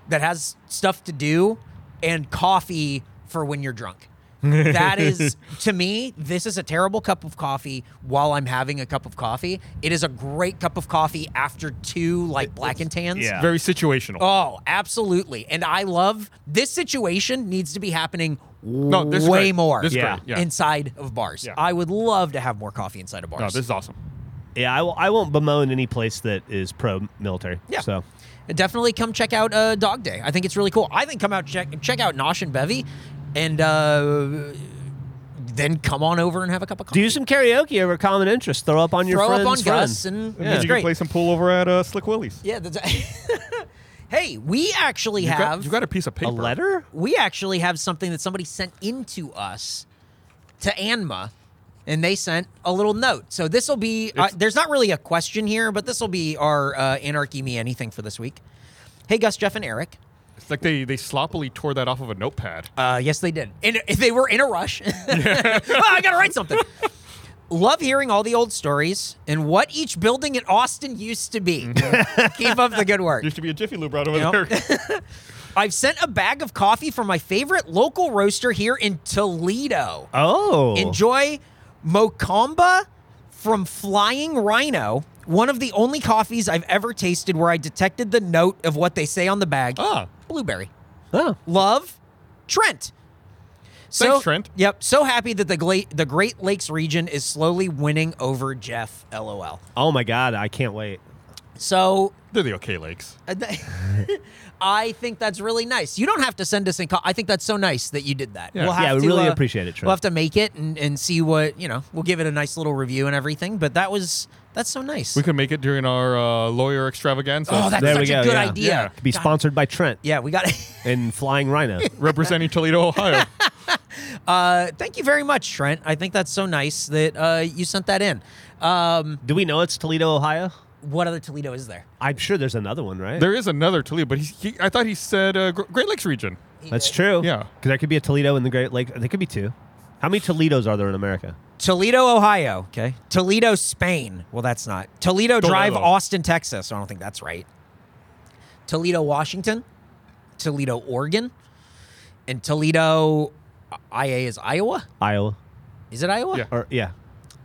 A: that has stuff to do and coffee for when you're drunk. that is to me this is a terrible cup of coffee while i'm having a cup of coffee it is a great cup of coffee after two like black and tans
C: yeah.
B: Very situational.
A: Oh, absolutely. And I love this situation needs to be happening
B: this is
A: way
B: great.
A: more
B: This is
C: Yeah.
B: great. Yeah.
A: inside of bars.
B: Yeah.
A: I would love to have more coffee inside of bars.
B: no, Oh, this is awesome.
C: Yeah, I, will, I won't bemoan any place that is pro military.
A: Yeah.
C: So
A: Definitely come check out uh, Dog Day. I think it's really cool. I think come out check check out Nosh and Bevy and uh, then come on over and have a cup of coffee.
C: do some karaoke over common interest. Throw up on your
A: Throw
C: friend's
A: up on
C: friend.
A: Gus and
B: And then
A: it's
B: you
A: great.
B: can play some pool over at uh, Slick Willie's.
A: yeah, that's Hey, we actually
B: You
A: have
B: got, you got a piece of paper.
C: a letter?
A: we actually have something that somebody sent into us to Anma, and they sent a little note. So this will be uh, there's not really a question here, but this will be our uh, anarchy me anything for this week. Hey Gus, Jeff, and Eric.
B: It's like they, they sloppily tore that off of a notepad.
A: Uh, yes, they did. And if they were in a rush. Oh, I gotta write something. Love hearing all the old stories and what each building in Austin used to be. Keep up the good work.
B: Used to be a Jiffy Lube right over
A: Yep.
B: there.
A: I've sent a bag of coffee from my favorite local roaster here in Toledo.
C: Oh.
A: Enjoy Mocomba from Flying Rhino, one of the only coffees I've ever tasted where I detected the note of what they say on the bag.
B: ah,
A: Blueberry.
C: Oh.
A: Love, Trent. So,
B: Thanks, Trent.
A: Yep. So happy that the gla- the Great Lakes region is slowly winning over Jeff. LOL.
C: oh my God. I can't wait.
A: So
B: they're the okay lakes.
A: uh, th- I think that's really nice. You don't have to send us in. Co- I think that's so nice that you did that.
B: Yeah.
A: We'll have
C: Yeah, we
A: to,
C: really
A: uh,
C: appreciate it, Trent.
A: We'll have to make it and, and see what you know. We'll give it a nice little review and everything. But that was that's so nice.
B: We could make it during our uh, lawyer extravaganza.
A: oh, that's
C: There
A: such
C: we
A: a
C: go,
A: good
C: yeah.
A: idea.
B: Yeah.
C: Be
A: God,
C: sponsored by Trent
A: Yeah, we got it.
C: and Flying Rhino.
B: representing Toledo, Ohio.
A: Uh, thank you very much, Trent. I think that's so nice that uh, you sent that in. Um,
C: do we know it's Toledo, Ohio?
A: what other Toledo is there?
C: I'm sure there's another one, right?
B: there is another Toledo, but he's, he, I thought he said uh, Gr- Great Lakes region.
C: That's true.
B: Yeah.
C: Because there could be a Toledo in the Great Lake. There could be two. How many Toledos are there in America?
A: Toledo, Ohio. Okay. Toledo, Spain. Well, that's not. Toledo, Drive,
B: Toledo.
A: Austin, Texas. I don't think that's right. Toledo, Washington. Toledo, Oregon. And Toledo, IA is Iowa.
C: Iowa.
A: Is it Iowa?
B: Yeah.
C: Or yeah.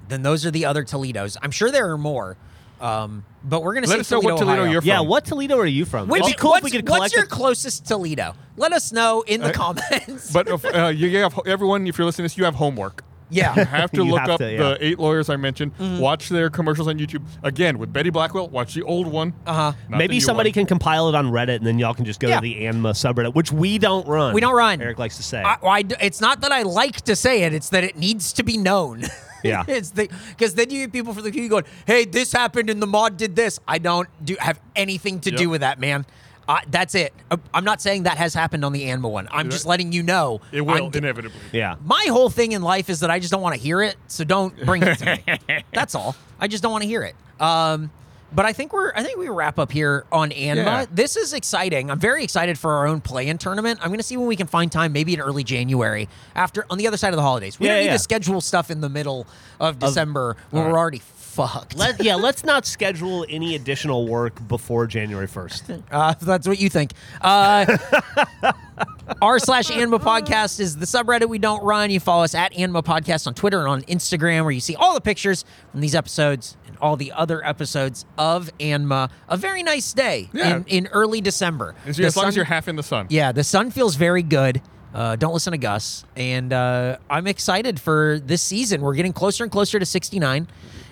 A: Then those are the other Toledos. I'm sure there are more. Um, but we're going to
B: Let
A: say
B: us know what Toledo
A: Ohio.
B: you're
C: Yeah.
B: from.
C: What Toledo are you from?
A: Which,
C: It'd be cool if
A: what's,
C: we could
A: what's
C: collect.
A: your
C: a-
A: closest Toledo? Let us know in the comments.
B: But if, uh, you have everyone. If you're listening to this, you have homework. You
A: yeah.
B: have to
C: You
B: look
C: have
B: up
C: to, yeah.
B: the eight lawyers I mentioned.
A: Mm-hmm.
B: Watch their commercials on YouTube again with Betty Blackwell. Watch the old one.
A: Uh-huh.
B: not the
C: Maybe
B: new
C: somebody
B: one.
C: can compile it on Reddit, and then y'all can just go
A: Yeah.
C: to the ANMA subreddit, which we don't run.
A: We don't run.
C: Eric likes to say.
A: I, I d- it's not that I like to say it; it's that it needs to be known.
C: Yeah.
A: it's the because then you get people from the community going, "Hey, this happened and the mod did this." I don't do have anything to do
B: Yep.
A: with that, man. I, that's it. Uh, I'm not saying that has happened on the Anma one. I'm just letting you know.
B: It will
A: I'm ge-
B: inevitably.
C: Yeah.
A: My whole thing in life is that I just don't want to hear it, so don't bring it to me. That's all. I just don't want to hear it. Um, but I think we're I think we wrap up here on Anma.
B: Yeah.
A: This is exciting. I'm very excited for our own play-in tournament. I'm going to see when we can find time, maybe in early January, after on the other side of the holidays. We
C: Yeah,
A: don't need
C: yeah.
A: to schedule stuff in the middle of December when we're already fucked.
C: Let, yeah, let's not schedule any additional work before January 1st.
A: Uh, if that's what you think. Uh, R slash Anma Podcast is the subreddit we don't run. You follow us at Anma Podcast on Twitter and on Instagram, where you see all the pictures from these episodes and all the other episodes of Anma. A very nice day
B: Yeah.
A: in, in early December.
B: As,
A: The
B: as long as
A: sun-
B: you're half in the sun.
A: yeah, the sun feels very good. Uh, don't listen to Gus. And uh, I'm excited for this season. We're getting closer and closer to 69.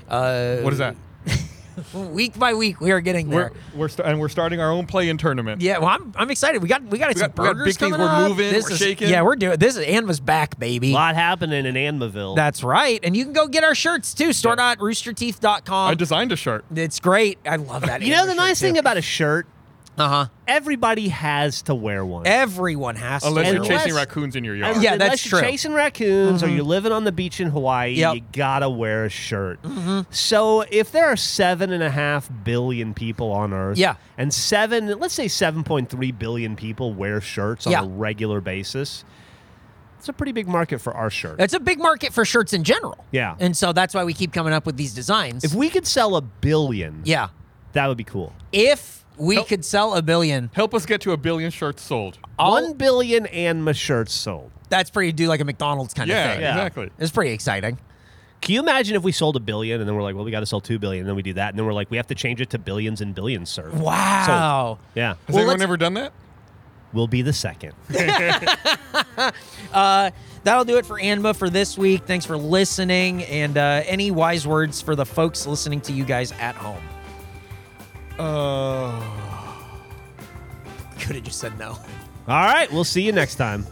A: Uh,
B: What is that?
A: Week by week, we are getting there.
B: We're, we're st- and we're starting our own play-in tournament.
A: Yeah, well, I'm, I'm excited. We got we got some
B: got- we got
A: burgers
B: big things.
A: coming
B: We're
A: up.
B: moving,
A: This
B: we're
A: is-
B: shaking.
A: Yeah, we're doing this. Is Anva's back, baby.
C: A lot happening in Anmaville.
A: That's right. And you can go get our shirts too. Store.roosterteeth.com.
B: I designed a shirt.
A: it's great. I love that.
C: you know, the nice thing about a shirt,
A: Uh huh.
C: everybody has to wear one.
A: Everyone has
B: Unless
A: to.
B: you're
A: wear
C: Unless-
B: chasing raccoons in your yard.
A: Yeah,
C: Unless
A: that's
C: you're
A: true. Mm-hmm.
C: chasing raccoons or you're living on the beach in Hawaii,
A: Yep. Mm-hmm.
C: you gotta wear a shirt. So if there are seven and a half billion people on Earth,
A: Yeah.
C: and seven, let's say seven point three billion people wear shirts on
A: Yeah.
C: a regular basis, it's a pretty big market for our shirt.
A: It's a big market for shirts in general.
C: Yeah.
A: And so that's why we keep coming up with these designs.
C: if we could sell a billion,
A: yeah.
C: that would be cool.
A: If we could sell a billion,
B: Help us get to a billion shirts sold.
C: One billion Anma shirts sold.
A: that's pretty do like a McDonald's kind of
B: Yeah,
A: thing.
C: Yeah.
B: exactly.
A: It's pretty exciting.
C: Can you imagine if we sold a billion and then we're like, well, we got to sell two billion, and then we do that, and then we're like, we have to change it to billions and billions, sir.
A: Wow.
C: Yeah,
B: Has
A: Well,
B: anyone
A: let's-
B: ever done that?
C: we'll be the second.
A: Uh, that'll do it for Anma for this week. Thanks for listening, and uh, any wise words for the folks listening to you guys at home?
B: Uh...
A: Could have just said no.
C: All right, we'll see you next time.